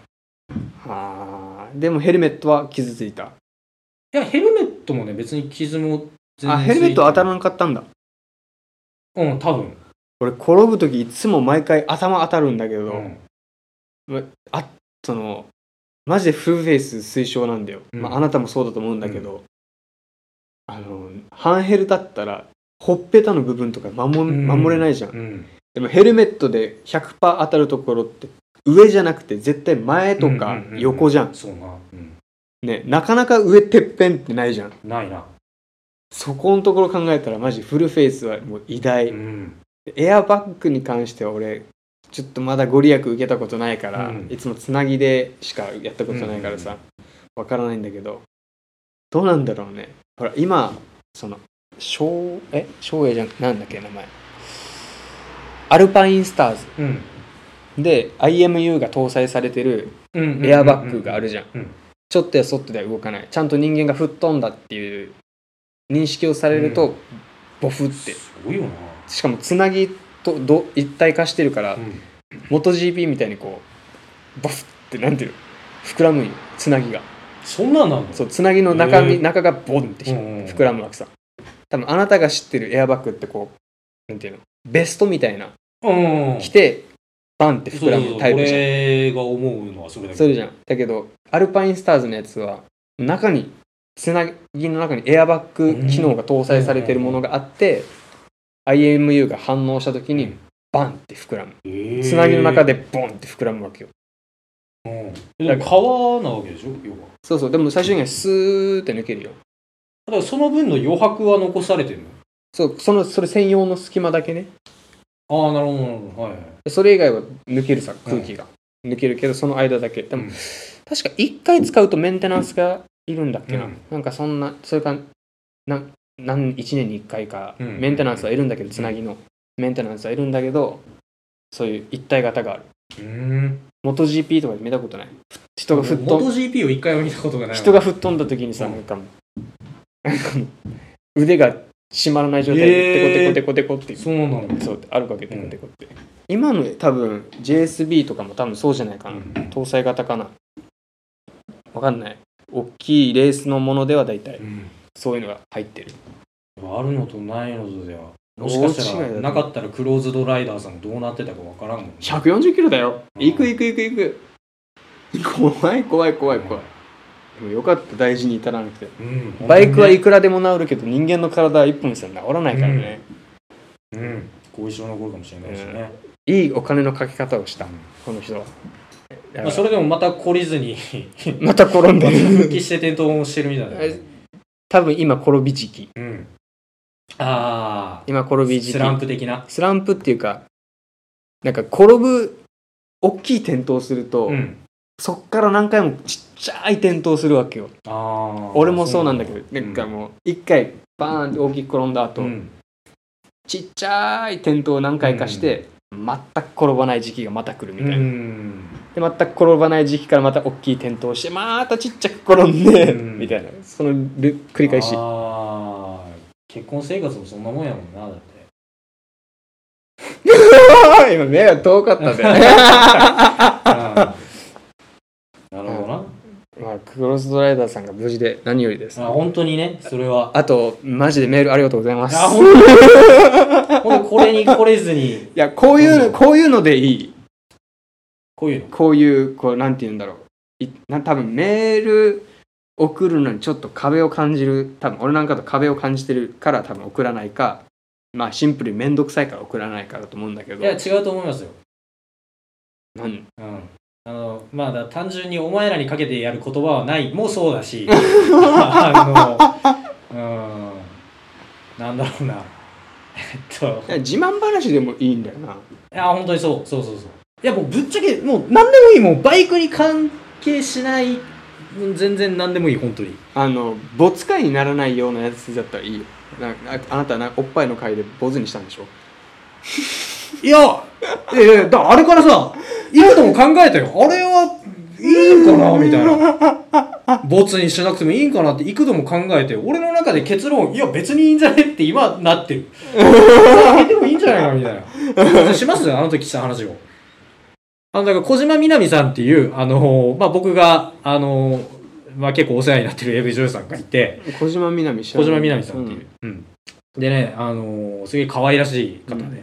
あーでもヘルメットは傷ついたいやヘルメットもね別に傷も全然あヘルメットは当たらなかったんだるうん多分、俺転ぶ時いつも毎回頭当たるんだけど、うんそのマジでフルフェイス推奨なんだよ、うんまあ、あなたもそうだと思うんだけど、あの半ヘルだったらほっぺたの部分とか守,、うん守れないじゃんうんでもヘルメットで100%当たるところって上じゃなくて絶対前とか横じゃん,、そうな、うんね、なかなか上てっぺんってないじゃんないな、そこのところ考えたらマジフルフェイスはもう偉大、うんエアバッグに関しては俺ちょっとまだご利益受けたことないから、うんいつもつなぎでしかやったことないからさ、わからないんだけどどうなんだろうねほら今その翔え翔英じゃんなんだっけ名前アルパインスターズうんで IMU が搭載されてるうんエアバッグがあるじゃん,、うんちょっとやそっとでは動かないちゃんと人間が吹っ飛んだっていう認識をされると、うボフっすてごいよな、しかもつなぎとど一体化してるから、うん元 GP みたいにこうボフってなんていうの膨らむんよつなぎがそんなんなんのそうつなぎの中身、へー中がボンってひうんうんうん膨らむわけさ多分あなたが知ってるエアバッグってこうなんていうのベストみたいなうん着てバンってそうそ膨らうそうむタイプじゃん俺が思うのはそれだけそれじゃんだけどアルパインスターズのやつは中につなぎの中にエアバッグ機能が搭載されてるものがあって、IMU が反応した時にバンって膨らむへーつなぎの中でボンって膨らむわけようんでも川なわけでしょ要はそうそうでも最終的にはスーって抜けるよだからその分の余白は残されてるのそうそのそれ専用の隙間だけねああ、なるほど、なるほど。はいはい。それ以外は抜けるさ空気が、抜けるけどその間だけでも、うん確か1回使うとメンテナンスがいるんだっけな、うんなんかそんなそれかなん何1年に1回か、うんメンテナンスはいるんだけどつなぎのメンテナンスはいるんだけどそういう一体型があるうーん。 MotoGP とかで見たことない人が吹っ飛ん MotoGP を一回も見たことがない。人が吹っ飛んだ時にさうんなんかも [laughs] うなんかもう腕が締まらない状態へでーテコテコテコテコっていうそうなの。そう歩くわけテコテコって、今の多分 JSB とかも多分そうじゃないかな、うん搭載型かなわかんない大きいレースのものでは大体うん。そういうのが入ってるあるのとないのとでは。もしかした大違いら、だなかったらクローズドライダーさんどうなってたかわからんもんね。 140キロだようん行く行く行く行く怖い怖い怖い怖いでもよかった大事に至らなくてうん。バイクはいくらでも治るけど人間の体は1分ですよ治らないからね、うん。後遺症残るかもしれないですね。いいお金のかけ方をしたうんこの人はだまあ、かそれでもまた懲りず [laughs] にらまた転んで復る帰して転倒もしてるみたいな、ね。多分今転び時期うん。あ今転あ。び時期スランプ的な。スランプっていうかなんか転ぶ大きい転倒すると、うん。そっから何回もちっちゃい転倒するわけよああ。俺もそうなんだけどなんかうもう一回バーンって大きく転んだ後、うん。ちっちゃい転倒を何回かして、全く転ばない時期がまた来るみうたいな、でん。全く転ばない時期からまた大きい転倒してまたちっちゃく転んで、うんみたいなそのル繰り返しああ。結婚生活もそんなもんやもんな、だって。 [laughs] 今目が遠かったんだよねあーなるほどな。 [laughs] まあクロスドライダーさんが無事で何よりですあ本当にね、それは。あと、マジでメールありがとうございます。あ [laughs] い本当これに来れずに、や、こういううの、んこういうのでいい。こういうの。こういう、こう、なんて言うんだろう。いな多分メール送るのにちょっと壁を感じる。多分俺なんかと壁を感じてるから多分送らないか。まあシンプルにめんどくさいから送らないかだと思うんだけど。いや、違うと思いますよ。なんうん。あの、まあ、だ単純にお前らにかけてやる言葉はないもそうだ [laughs] し、あの、うん。なんだろうな。えっとい、や自慢話でもいいんだよな。いや、本当にそう、そうそうそう。いや、もうぶっちゃけ、もう何でもいい、もうバイクに関係しない、もう全然何でもいい、本当に。あの、没回にならないようなやつだったらいいよ。なああなたなおっぱいの回で坊主にしたんでしょいや、ええだあれからさ、今でも考えたよ。あれは、いいんかなみたいな。ボツにしなくてもいいんかなって幾度も考えて、俺の中で結論、いや別にいいんじゃねって今なってる。あげてもいいんじゃないかなみたいな。しますあの時した話を。あの、だから小島みなみさんっていう、あのまあ、僕が、あのまあ、結構お世話になってる AV 女優さんがいて、小島みなみ知ら小ない島みなみさんっていうう、うんでね、あのーすげえ可愛らしい方で、うん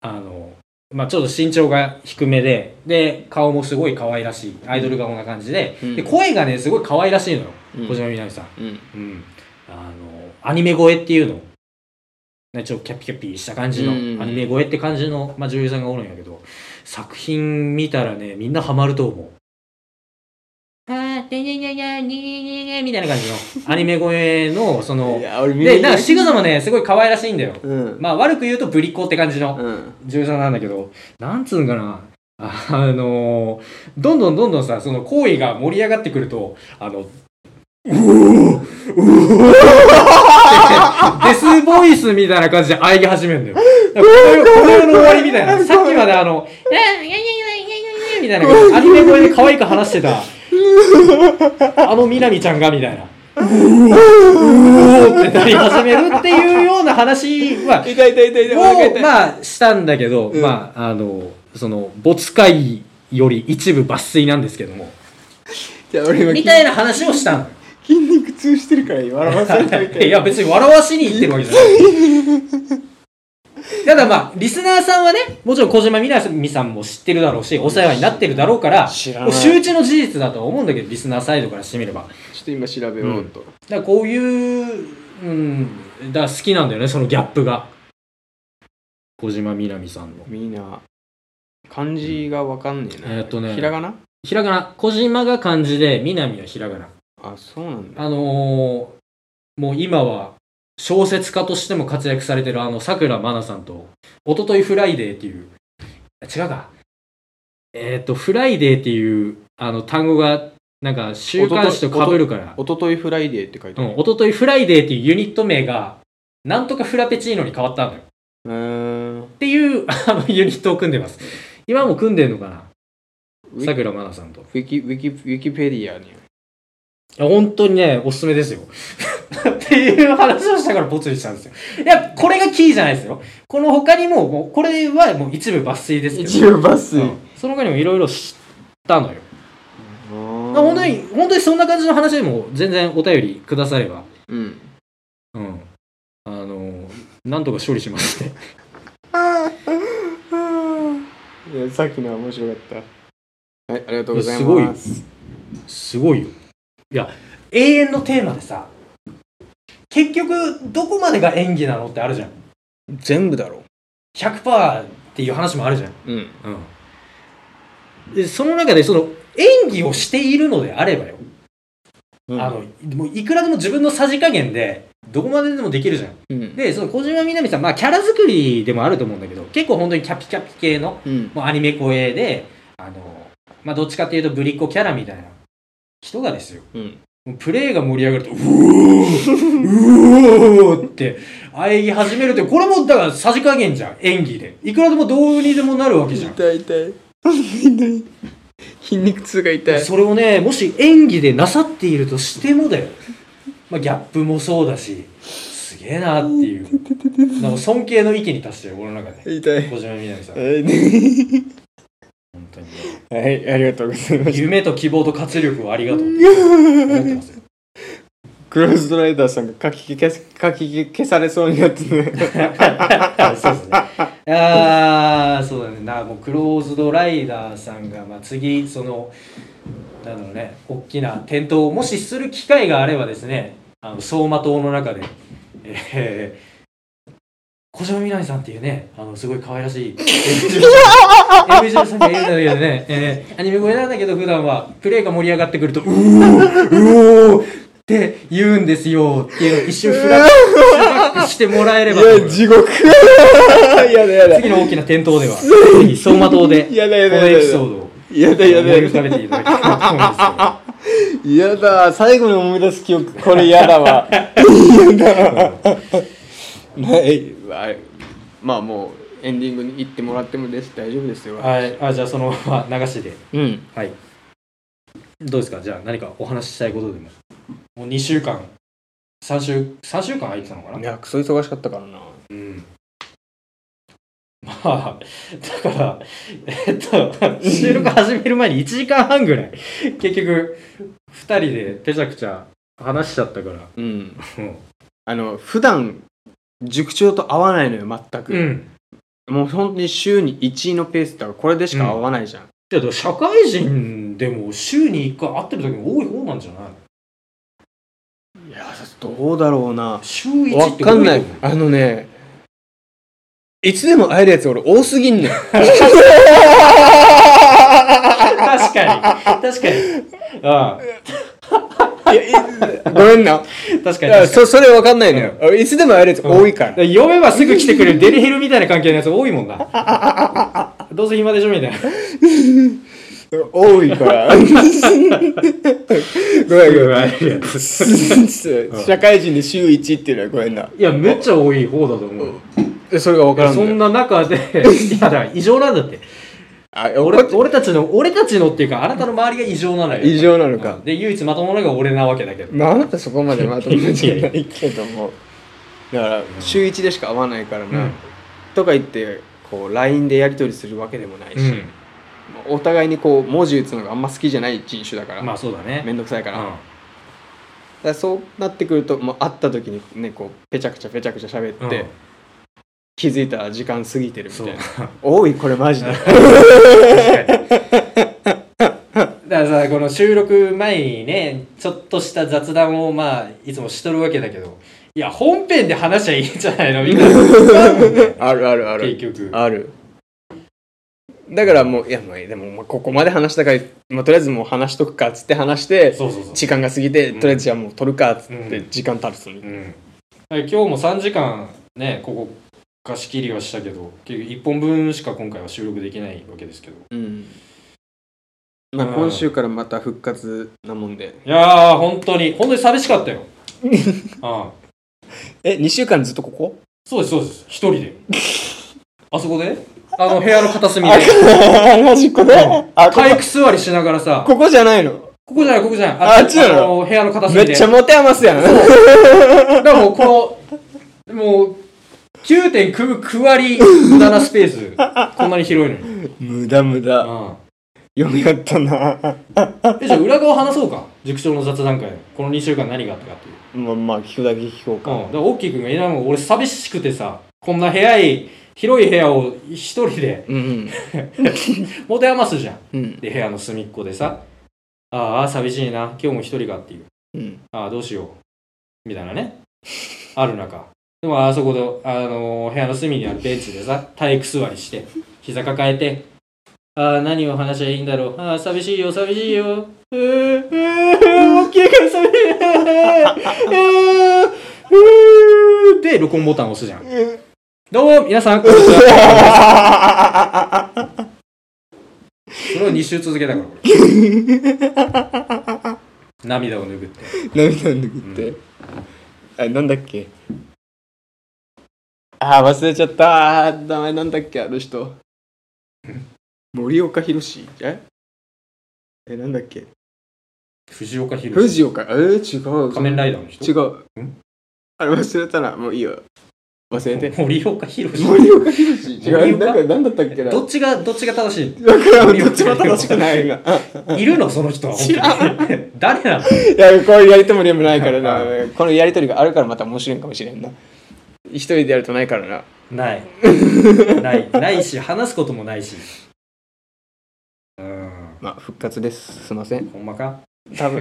あのーまあ、ちょっと身長が低めでで顔もすごい可愛らしいアイドル顔な感じで,、うんで声がねすごい可愛らしいのよ、うん小島みなみさん、うんうんあのーアニメ声っていうのねちょっとキャピキャピした感じの、うんアニメ声って感じの、まあ、女優さんがおるんやけど作品見たらねみんなハマると思うあー、でにゃにゃにゃにゃにゃにゃみたいな感じの、アニメ声の、そのい、や俺見で、るなんか仕草もね、すごい可愛らしいんだよ。うんまあ悪く言うとぶりっ子って感じのうん女優さんなんだけど、なんつうんかな。ああのーどんどんどんどんさ、その行為が盛り上がってくると、あの、うおーうおーってデスボイスみたいな感じで喘ぎ始めるんだよ。だからこの世この世の終わりみたいな。さっきまであの、いやいやいやいやいやいやみたいな感じで、アニメ声で可愛く話してた、あのみなみちゃんがみたいな。うおーうおーってなり始めるっていうような話は、痛い痛い痛い痛いお腹痛をいまあ [laughs] したんだけど、うんまああのその没会より一部抜粋なんですけど [laughs] もじゃあ俺今みたいな話を [laughs] したの筋肉痛してるから笑わせないいや別に笑わしに行ってるわけじゃない [laughs] ただまあリスナーさんはねもちろん小島みなみさんも知ってるだろうしお世話になってるだろうから知らないもう周知の事実だとは思うんだけどリスナーサイドからしてみればだかちょっと今調べようと、らこういううんだから好きなんだよねそのギャップが小島みなみさんのみんな漢字がわかんねえな、えーっとねひらがなひらがな小島が漢字で南はひらがなあそうなんだあのーもう今は小説家としても活躍されてるあの、さくらまなさんと、おとといフライデーっていう、あ違うか。えっ、と、フライデーっていう、あの、単語が、なんか、週刊誌と被るから、おとといフライデーって書いてうあんる、、おとといフライデーっていうユニット名が、なんとかフラペチーノに変わったのよ。うーんっていう、あの、ユニットを組んでます。今も組んでるのかウなィさくらまなさんと。ウィキウィキウィキペディアにいや本当にね、おすすめですよ。っていう話をしたからボツにしたんですよ。いや、これがキーじゃないですよ。この他にも、もうこれはもう一部抜粋ですけど。部抜粋うんその他にもいろいろ知ったのよ。まあ本本当に、本当にそんな感じの話でも全然お便りくだされば。うんうん。あの、なんとか処理しますね。いやさっきのは面白かったはいありがとうございますいやすごいよ。いや、永遠のテーマでさ、結局、どこまでが演技なのってあるじゃん。全部だろ100%っていう話もあるじゃん。ううんでその中でその演技をしているのであればよ、うんあのもういくらでも自分のさじ加減でどこまででもできるじゃんうんでその小島みなみさんまあキャラ作りでもあると思うんだけど結構本当にキャピキャピ系のうんもうアニメ声であの、まあ、どっちかっていうとぶりっ子キャラみたいな人がですようんもうプレイが盛り上がると、うおーうおーって、喘ぎ始めるって、これもだからさじ加減じゃん、演技で。いくらでもどうにでもなるわけじゃん。痛い痛い [laughs] 痛い筋肉痛が痛いそれをねもし演技でなさっているとしてもだよ、まあ、ギャップもそうだしすげえなっていうなんか尊敬の域に達してる俺の中で痛小島みなみさんは本当にねい、ありがとうござい [laughs] ます。夢と希望と活力をありがとう思ってますよクロスドライダーさんが書き消す書き消されそうになって [laughs] ね。そうですねああそうだねなもうクローズドライダーさんが、まあ、次そのなんだろうね大きな転倒をもしする機会があればですねあの走馬灯の中で、えー、小島みなみさんっていうねあのすごい可愛らしい MJ さんがいるんだけどね、えーアニメ声なんだけど普段はプレイが盛り上がってくると「うおーうおー!」って言うんですよっていうのを一瞬フラッグしてもらえればと思います獄。 [laughs] やだやだ。次の大きな転倒では、ぜひ走馬灯で、このやだやだやだエピソードをやだや思だいや浮だかべていただきたいと思うんですけど。やだ最後に思い出す記憶これやだわやだわはいはいまあもうエンディングに行ってもらってもです大丈夫ですよはい、あじゃあそのまま流しで。うんはい。どうですかじゃあ何かお話ししたいことでも。もう2週間、3週、3週間空いてたのかいなやクソ忙しかったからなうん。まあ、だから、えっと、収録始める前に1時間半ぐらい、結局、2人でぺちゃくちゃ話しちゃったから。うんうんあの普段塾長と合わないのよ全く、うん。もう本当に週に1位のペースだからこれでしか合わないじゃん、いやだから社会人でも週に1回会ってる時も多い方なんじゃないいやどうだろうな週1わってかんない多と思うあのねいつでも会えるやつ俺多すぎ [laughs] んのよ [laughs] 確かに確かにあいやいごめんな。あ確かいにや確かそそれわかんないのよ、いつでも会えるやつ多いから、に読めばすぐ来てくれるデリヘルみたいな関係のやつ多いもんなどうせ暇でしょみ [laughs] たいな多いから [laughs] ごめんご [laughs] めん社会人で週1っていうのはごめんないやめっちゃ多い方だと思うえそれがわからんそのんよな中 [laughs] でいやだから異常なんだってあ俺俺俺たちの俺たちのっていうかあなたの周りが異常なのよ異常なのかうんで唯一まともなのが俺なわけだけどまああなたそこまでまとめじゃないけどもだから週1でしか会わないからな、うんとか言ってこう LINE でやり取りするわけでもないし、うんお互いにこう文字打つのがあんま好きじゃない人種だから、まあそうだねめんどくさいから、うんだからそうなってくるともう会った時にねこうペチャクチャペチャクチャ喋っうて、ん気づいたら時間過ぎてるみたそいうな多いこれマジでだからさこの収録前にねちょっとした雑談をまあいつもしとるわけだけどいや本編で話しゃいいんじゃないのみたいな [laughs] あるあるある結局あるだからもういやもうでもまあここまで話したから、まあ、とりあえずもう話しとくかっつって話してそうそうそう時間が過ぎてとりあえずじゃあもう撮るかっつっうて時間経つのに、うんはい今日も3時間ねここ貸し切りはしたけど結局1本分しか今回は収録できないわけですけどうんまあうん今週からまた復活なもんでいやー本当に本当に寂しかった [laughs] よああえ2週間ずっとここ [laughs] そうですそうです一人 [laughs] であそこであの部屋の片隅で端っこであこ体育座りしながらさここじゃないのここじゃないここじゃないああっちなのの部屋の片め隅でっちゃ持て余すやんだからもうこの、もう、9.9割無駄なスペース、 [laughs] こんなに広いのに。 [laughs] 無駄無駄う、よくやったなんえじゃあ裏側話そうか、塾長の雑談会の、この2週間何があったかっていう。まあまあ聞くだけ聞こうかうん、だから、オッキー君が、いや、もう俺、寂しくてさ、こんな部屋い、広い部屋を一人でうん持て余すじゃん。うんで、部屋の隅っこでさ、ああ、寂しいな、今日も一人かっていう。うんああどうしようみたいなねある中でもあそこで、あのー部屋の隅にあるベンチでさ体育座りして膝抱えてああ何を話しゃいいんだろうああ寂しいよ寂しいようーうー大きいから寂しいあーうーで録音ボタンを押すじゃんどうも皆さんこんにちはそれを2週続けたから俺涙を拭って涙拭って、あなんだっけあー忘れちゃった名前なんだっけあの人森岡弘ええなんだっけ藤岡弘藤岡えー、違う仮面ライダーの人違うんあれ忘れたなもういいよ忘れて森岡弘森岡弘違森う岡なんかなんだったっけなどっちがどっちが正しいわからんどっちも正しくないがいるのその人は知ら本当に誰なのいやこういうやりとりもないから [laughs] なはこのやりとりがあるからまた面白いんかもしれんな一人でやるとないからなないないないし話すこともないしうーんまあ復活ですすいませんほんま [laughs] か多分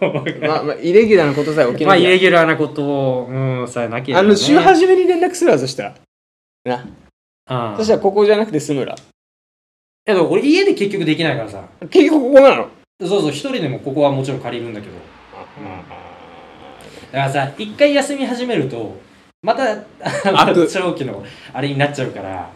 ほんまかまあまあイレギュラーなことさえ起きまなあイい、レギュラーなことをうんさえなければ、あね、の週初めに連絡するわそしたらなうんそしたらここじゃなくて住むらえでも俺家で結局できないからさ結局ここなのそうそう一人でもここはもちろん借りるんだけどだからさ一回休み始めるとまたあ開のく [laughs] 長期のあれになっちゃうからだか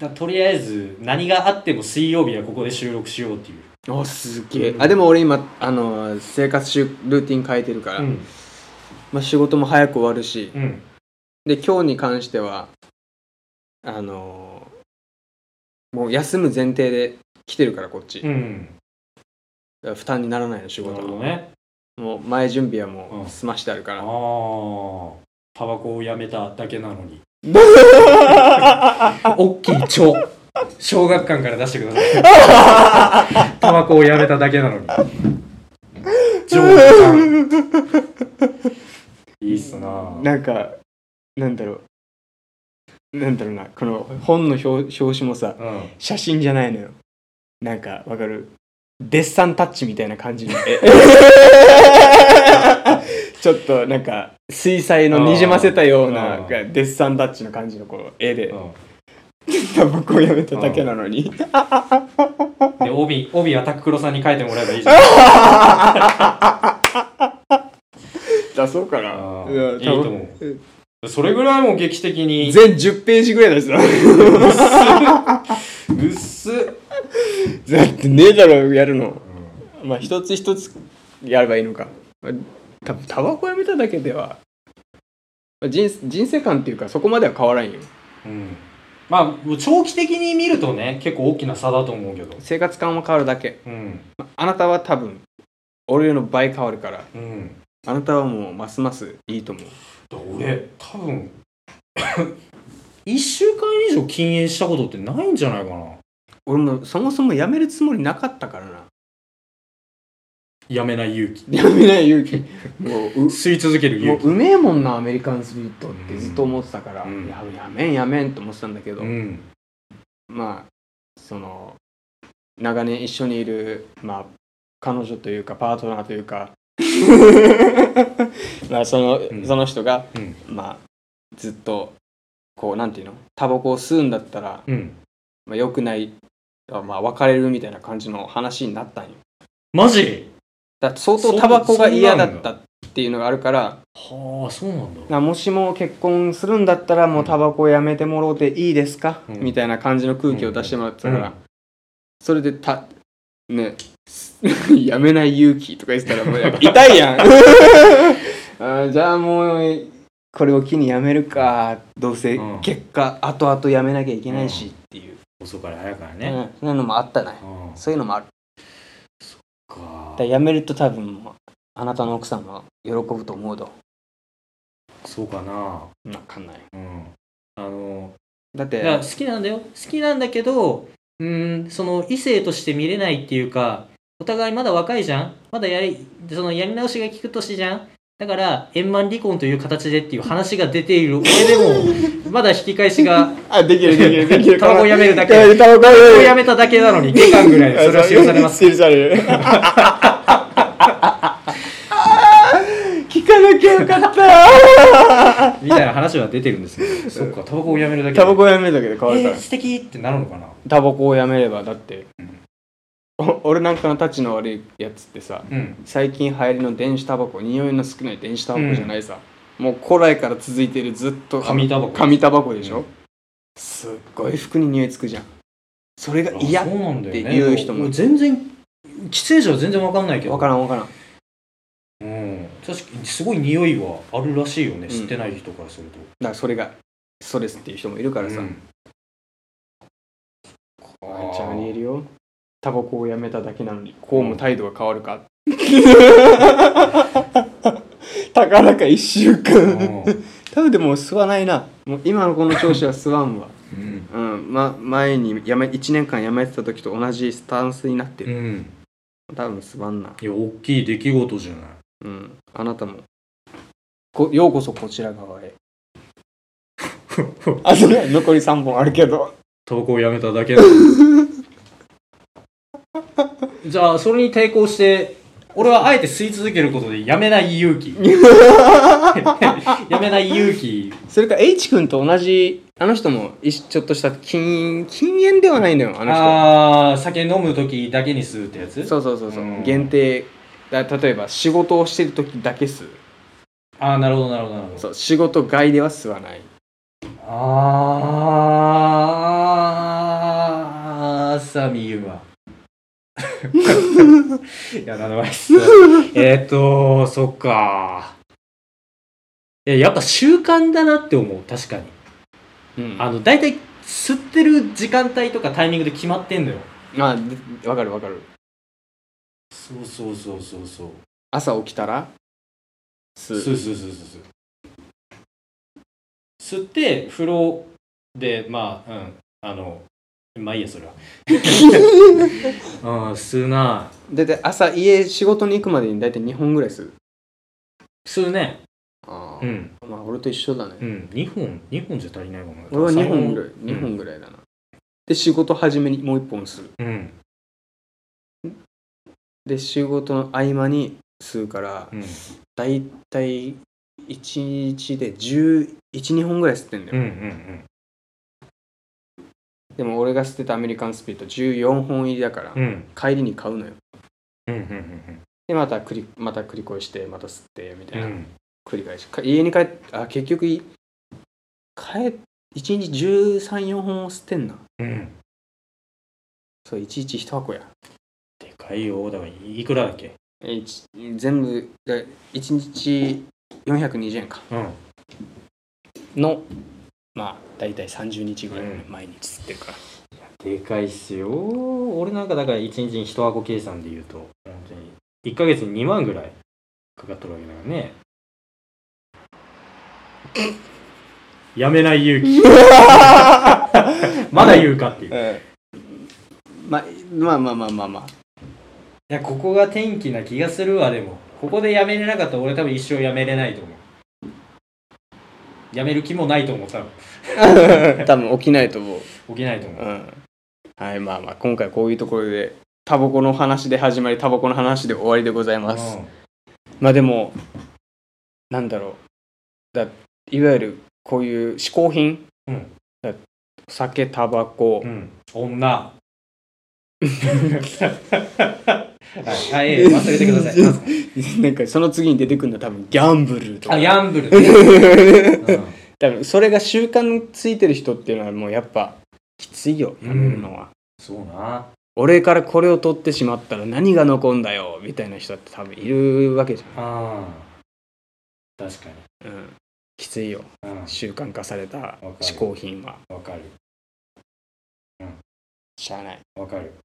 らとりあえず何があっても水曜日はここで収録しようっていう、あすげえあでも俺今あの生活習ルーティン変えてるから、うんまあ、仕事も早く終わるしうん、で今日に関してはあのーもう休む前提で来てるからこっち、だうん、から負担にならないの仕なる事ほどはねもう前準備うはもんう済ましてあるかああら、タバコをやめただけなのにおっきい蝶小学館から出してくださ [laughs] いタバコをやめただけなの [laughs] に蝶さんいいっすな [laughs] なんかなんだろうなんだろうなこの本の表表紙もさうん写真じゃないのよなんかわかるデッサンタッチみたいな感じ [laughs] の絵ちょっとなんか水彩のにじませたようなあーデッサンタッチの感じのこう絵でうんタバコをやめただけなのでに帯帯はタックロさんに書いてもらえばいいじゃん [laughs] [laughs] 出そうかあなーうんいいと思それぐらいもう劇的に全10ページぐらいだしなうっすだってねえだろやるのまあ一つ一つやればいいのかまあ多分タバコやめただけではまあ人人生観っていうかそこまでは変わらんようんまあもう長期的に見るとね結構大きな差だと思うけど生活感は変わるだけうんあなたは多分俺の倍変わるからうんだあなたはもうますますいいと思うから俺多分 [laughs] 1週間以上禁煙したことってないんじゃないかな俺もそもそもやめるつもりなかったからなやめない勇気やめない勇気 [laughs] もうう吸い続けるも勇ううめえもんなアメリカンスイートってずっと思ってたから、うんややめんやめんと思ってたんだけ気ど、うんまあその長年一緒にいる、まあ、彼女というかパートナーというか [laughs] まあその、んその人が、うんまあ、ずっとこうなんていうのタバコを吸うんだったら、うんまあ、良くない、あまあ、別れるみたいな感じの話になったんよマジだから相そ当うタバコが嫌だっそうなたっていうのがあるからはあそうなんだなもしも結婚するんだったらもうタバコやめてもろうていいですか、うんみたいな感じの空気を出してもらってたから、うんうんそれでたね [laughs] やめない勇気とか言ってたらも [laughs] うやっぱ痛いやん [laughs] あーじゃあもうこれを機にやめるかどうせうん結果後々やめなきゃいけないしっていう、遅から早からうねんそういうのもあったな、ね、うんそういうのもあるかだからやめると多分もうあなたの奥さんも喜ぶと思うとそうかなわかんないうんあのだっいてや好きなんだよ好きなんだけどうーんその異性として見れないっていうかお互いまだ若いじゃんまだやりそのやり直しが効く年じゃんだから円満離婚という形でっていう話が出て [laughs] いる俺でもまだ引き返しがあできるできる [laughs] できるタバコやめるだけうんタバコやこめれをるやめただけなのに期間ぐらいそれは記されます記される [laughs] 聞かなきゃよかったみたいな話は出てるんですねそっかタバコをやめるだけタバコをやめるだけで変わるかえら、ー素敵ってなるのかなタバコをやめればだって、うんお俺なんかのタチの悪いやつってさうん最近流行りの電子タバコ匂いの少ない電子タバコじゃないさ、もう古来から続いてるずっと紙タバコ紙タバコでしうょ、んすっごい服に匂いつくじゃんそれが嫌あそうなんだよねっていう人も俺全然喫煙者は全然わかんないけどわからんわからんうん、確かにすごい匂いはあるらしいよね、ん知ってない人からするとだからそれがストレスっていう人もいるからさ、うんワンちゃんにいるよタバコをやめただけなのにこうも態度が変わるか、 [laughs] たかだか1週間多分でも吸わないなもう今のこの調子は吸わ [laughs] んわうんうん、ま、前にやめ1年間やめてた時と同じスタンスになってうるん多分吸わんないや大きい出来事じゃない [laughs] うんあなたもこようこそこちら側へあそれ残り3本あるけどタバコをやめただけ [laughs] じゃあそれに抵抗して俺はあえて吸い続けることでやめない勇気 [laughs] やめない勇気それから H 君と同じあの人もいしちょっとした禁禁煙ではないのよあの人ああー酒飲む時だけに吸うってやつそうそうそうそう、うん限定だ例えば仕事をしてる時だけ吸うああなるほどなるほどなるほどそう仕事外では吸わ [laughs] ないあー、さみゆは。いや、なのです。えっと、そっか。いや、やっぱ習慣だなって思う、確かに。うんああの、大体、吸ってる時間帯とかタイミングで決まってんのよ。あでわかるわかるそうそうそうそうそう。朝起きたら吸う吸う吸う吸う吸う吸う吸って、風呂で、まあ、うん、あの、まあいいや、それは。 [laughs] ああ、吸うな。大体朝家仕事に行くまでに大体2本ぐらい吸う吸うね。あうーん。まあ俺と一緒だね、うん。2本、二本じゃ足りないかもな。俺は2本ぐらいん2本ぐらいだな、で仕事始めにもう1本吸ううん。で仕事の合間に吸うからうん。だいたい1日で112本ぐらい吸ってんだうよ、ん。うん。でも俺が吸ってたアメリカンスピリット14本入りだから、うん。うん。帰りに買うのようん。うん。でまた繰りまた繰り越してまた吸ってみたういな、ん。繰り返しか家に帰っあ結局い帰1日134本を吸ってんなうん。そういちいち1箱やでかいよ。だから、いくらだっけえいち全部で1日420円かうん。のまあ大体30日ぐらいうん毎日吸ってるから、でかいっすよ。俺なんかだから、1日に1箱計算で言うと、本当に、1ヶ月に2万ぐらいかかっとるわけだからね。やめない勇 [laughs] 気。まだ言うかっていう。ままあまあまあまあまあいや、ここが天気な気がするわ、でも。ここでやめれなかったら俺多分一生やめれないと思う。やめる気もないと思う、多分。 [laughs] 多分起きないと思う、起きないと思うう。ん、はいまあまあ今回こういうところでタバコの話で始まりタバコの話で終わりでございます、まあでもなんだろうだいわゆるこういう嗜好品、うんだお酒タバコ、 [laughs] うん。うん。女。はい、はい、ええ忘れてくださ [laughs] い。なんすかなんかその次に出てくるのは多分ギャンブルとかあ、ギャンブル [laughs] ね。多分それが習慣ついてる人っていうのはもうやっぱきついよやめるのは、そうな。俺からこれを取ってしまったら何が残んだよみたいな人って多分いるわけじあー確かゃん、うん、きついよに。う習慣化されたる嗜好品はん。わかる。しゃあないわかる。 [laughs]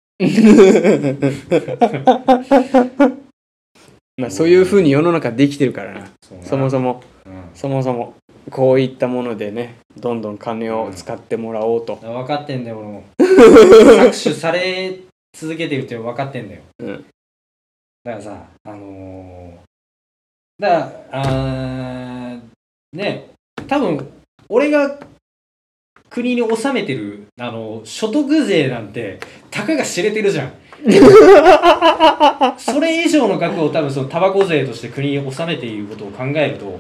まあそういうふうに世の中できてるからなそうなそもそもうんそもそもこういったものでねどんどん金を使ってもらおうと、分かってんだよ俺 [laughs] も搾取され続けてるって分かってんだようんだからさあのー、だからあーね多分俺が国に納めてる、あの所得税なんてたかが知れてるじゃ [laughs] んそれ以上の額を多分そのタバコ税として国に納めていることを考えると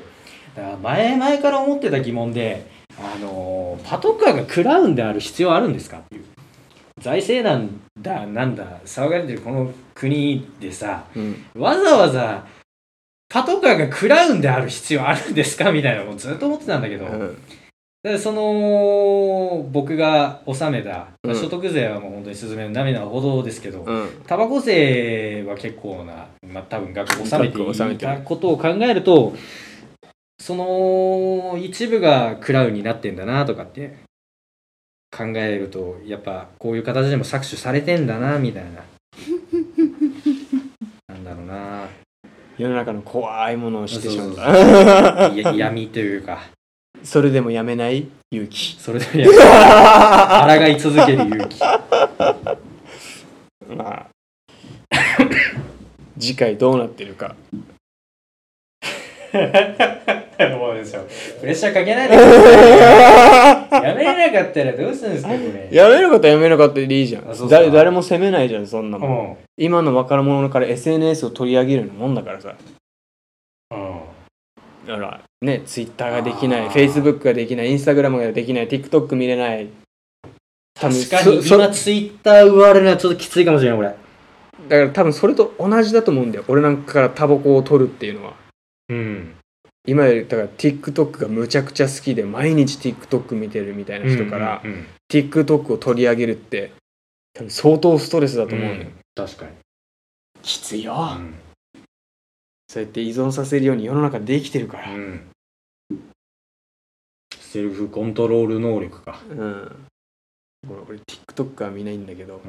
だから前々から思ってた疑問であのーパトカーがクラウンである必要あるんですかっていう財政なんだなんだ騒がれてるこの国でさうんわざわざパトカーがクラウンである必要あるんですかみたいなのをずっと思ってたんだけど、うんでその僕が納めた、うん所得税はもう本当にスズメの涙ほどですけど、うんタバコ税は結構な、まあ、多分額を納め額を納てめいてるたことを考えるとその一部がクラウンになってんだなとかって考えるとやっぱこういう形でも搾取されてんだなみ [laughs] たいななんだろうな世の中の怖いものをしてしまっそうたや闇というか [laughs] それでもやめない勇気それで抗 [laughs] い続ける勇気まあ [laughs] 次回どうなってるか [laughs] もうでしょプレッシャーかけないでく [laughs] ださいやめれなかったらどうするんですかこれやめることやめなかったでいいじゃんあそうっすか誰誰も責めないじゃんそんなもんうん今の若者から SNS を取り上げるようなもんだからさうんだからね Twitter ができないあー Facebook ができない Instagram ができない TikTok 見れない多分確かにそそ今ツイッター奪われるのはちょっときついかもしれないこれだから多分それと同じだと思うんだよ俺なんかからタバコを取るっていうのはうん今よりだから TikTok がむちゃくちゃ好きで毎日 TikTok 見てるみたいな人から、うんうん TikTok を取り上げるって多分相当ストレスだと思うのよ、うん確かにきついよ、うんそうやって依存させるように世の中できてるからうんセルフコントロール能力かうん、俺俺 TikTok は見ないんだけどう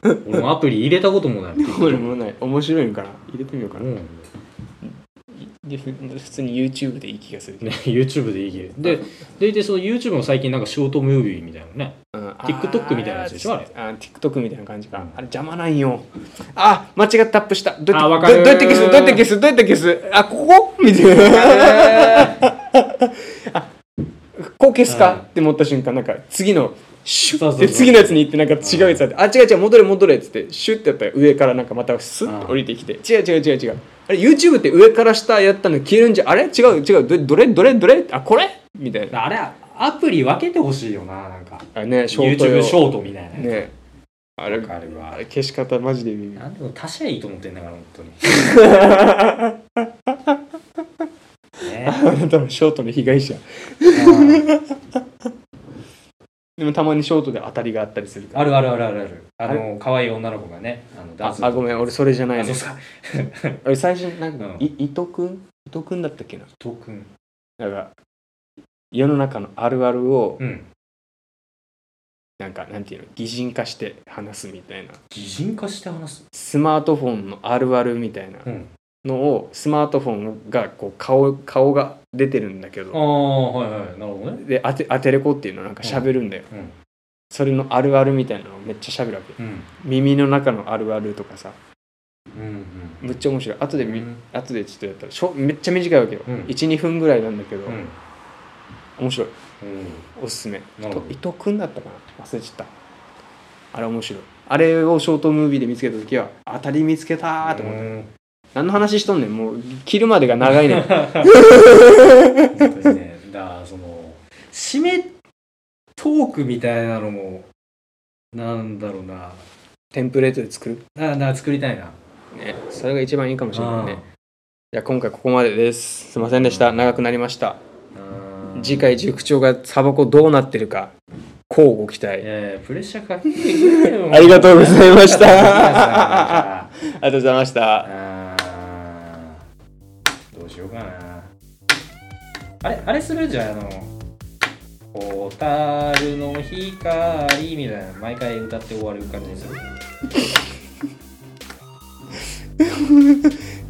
ん俺もアプリ入れたこともない俺もない面白いのかな入れてみようかうな、んでふ普通に YouTube でいい気がするけど、ね YouTube でいいけどででいてその YouTube も最近なんかショートムービーみたいなのねうん、 TikTok みたいなやつでしょあれあ TikTok みたいな感じか、うんあれ邪魔なんよあ間違ってタップしたどうあやわってかどるどうやって消すどうやって消すどうやって消すあここみたいな [laughs] こう消すか、うんって思った瞬間なんか次のシュッそうそうそうで次のやつに行ってなんか違うやつあって、あ違う違う戻れ戻れっつってシュッてやったら上からなんかまたスッて降りてきて、違う違う違う違うあれ YouTube って上から下やったの消えるんじゃあれ違う違うどどれどれどれあこれみたいなあれアプリ分けてほしいよななんかあねショート YouTube 用ショートみたいなねあれわかるわあれ消し方マジで微妙なんでも他社いいと思ってんだから本当にね [laughs] あなたもショートの被害者でもたまにショートで当たりがあったりするからあるあるあるあるあるあの可愛い女の子がねあのああごんめん俺それじゃないあそのうさ俺最初なんか、うんい伊藤君伊藤君だったっけな伊藤君なんか世の中のあるあるをうんなんかなんていうの擬人化して話すみたいな擬人化して話すスマートフォンのあるあるみたいなうんのをスマートフォンがこう顔顔が出てるんだけあどあはいはいなるほどねでアテアテレコっていうのなんか喋るんだよ、うんそれのあるあるみたいなのをめっちゃ喋るわけうん耳の中のあるあるとかさうんむっちゃ面白い後でうんうみ、ん後でちょっとやったらしょめっちゃ短いわけよ、うん12分ぐらいなんだけど、うん面白いうんおすすめなるほどと伊藤君だったかな忘れちゃったあれ面白いあれをショートムービーで見つけた時は当たり見つけたーと思って、うん何の話しとんねんもう切るまでが長いねん [laughs] 本当にねだからその締めトークみたいなのもなんだろうなテンプレートで作るあな作りたいなねそれが一番いいかもしれないねうんじゃあ今回ここまでですすいませんでした長くなりましたうん次回塾長がサバコどうなってるか乞うご期い待やいやプレッシャーかけてくれよありがとうございました [laughs] あ [laughs] ありがとうございましたーどうしようかなあれあれするじゃんあの「ホタルの光」みたいな毎回歌って終わる感じにする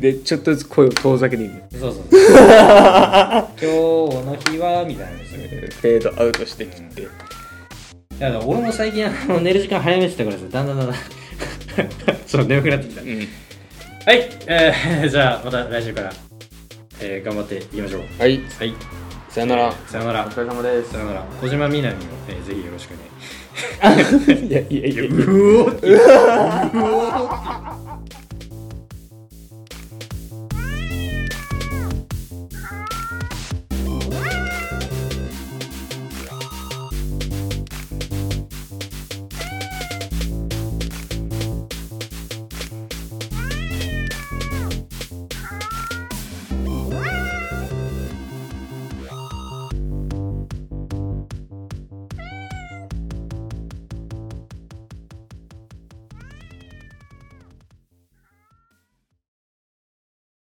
でちょっとずつ声を遠ざけていくそうそ [laughs] うそう今日の日はみたいなのにするえーフェードアウトしてきて、いやだから俺も最近あの寝る時間早めてたからさだんだんだんだん [laughs] そう眠くなってきたはい、えー、 [laughs] じゃあまた来週から、えー頑張っていきましょうはいはいさよならさよなられ様ですさよなら小島みなみを、えーぜひよろしくね [laughs] いやいやいや [laughs] うおーって言ううおーって言う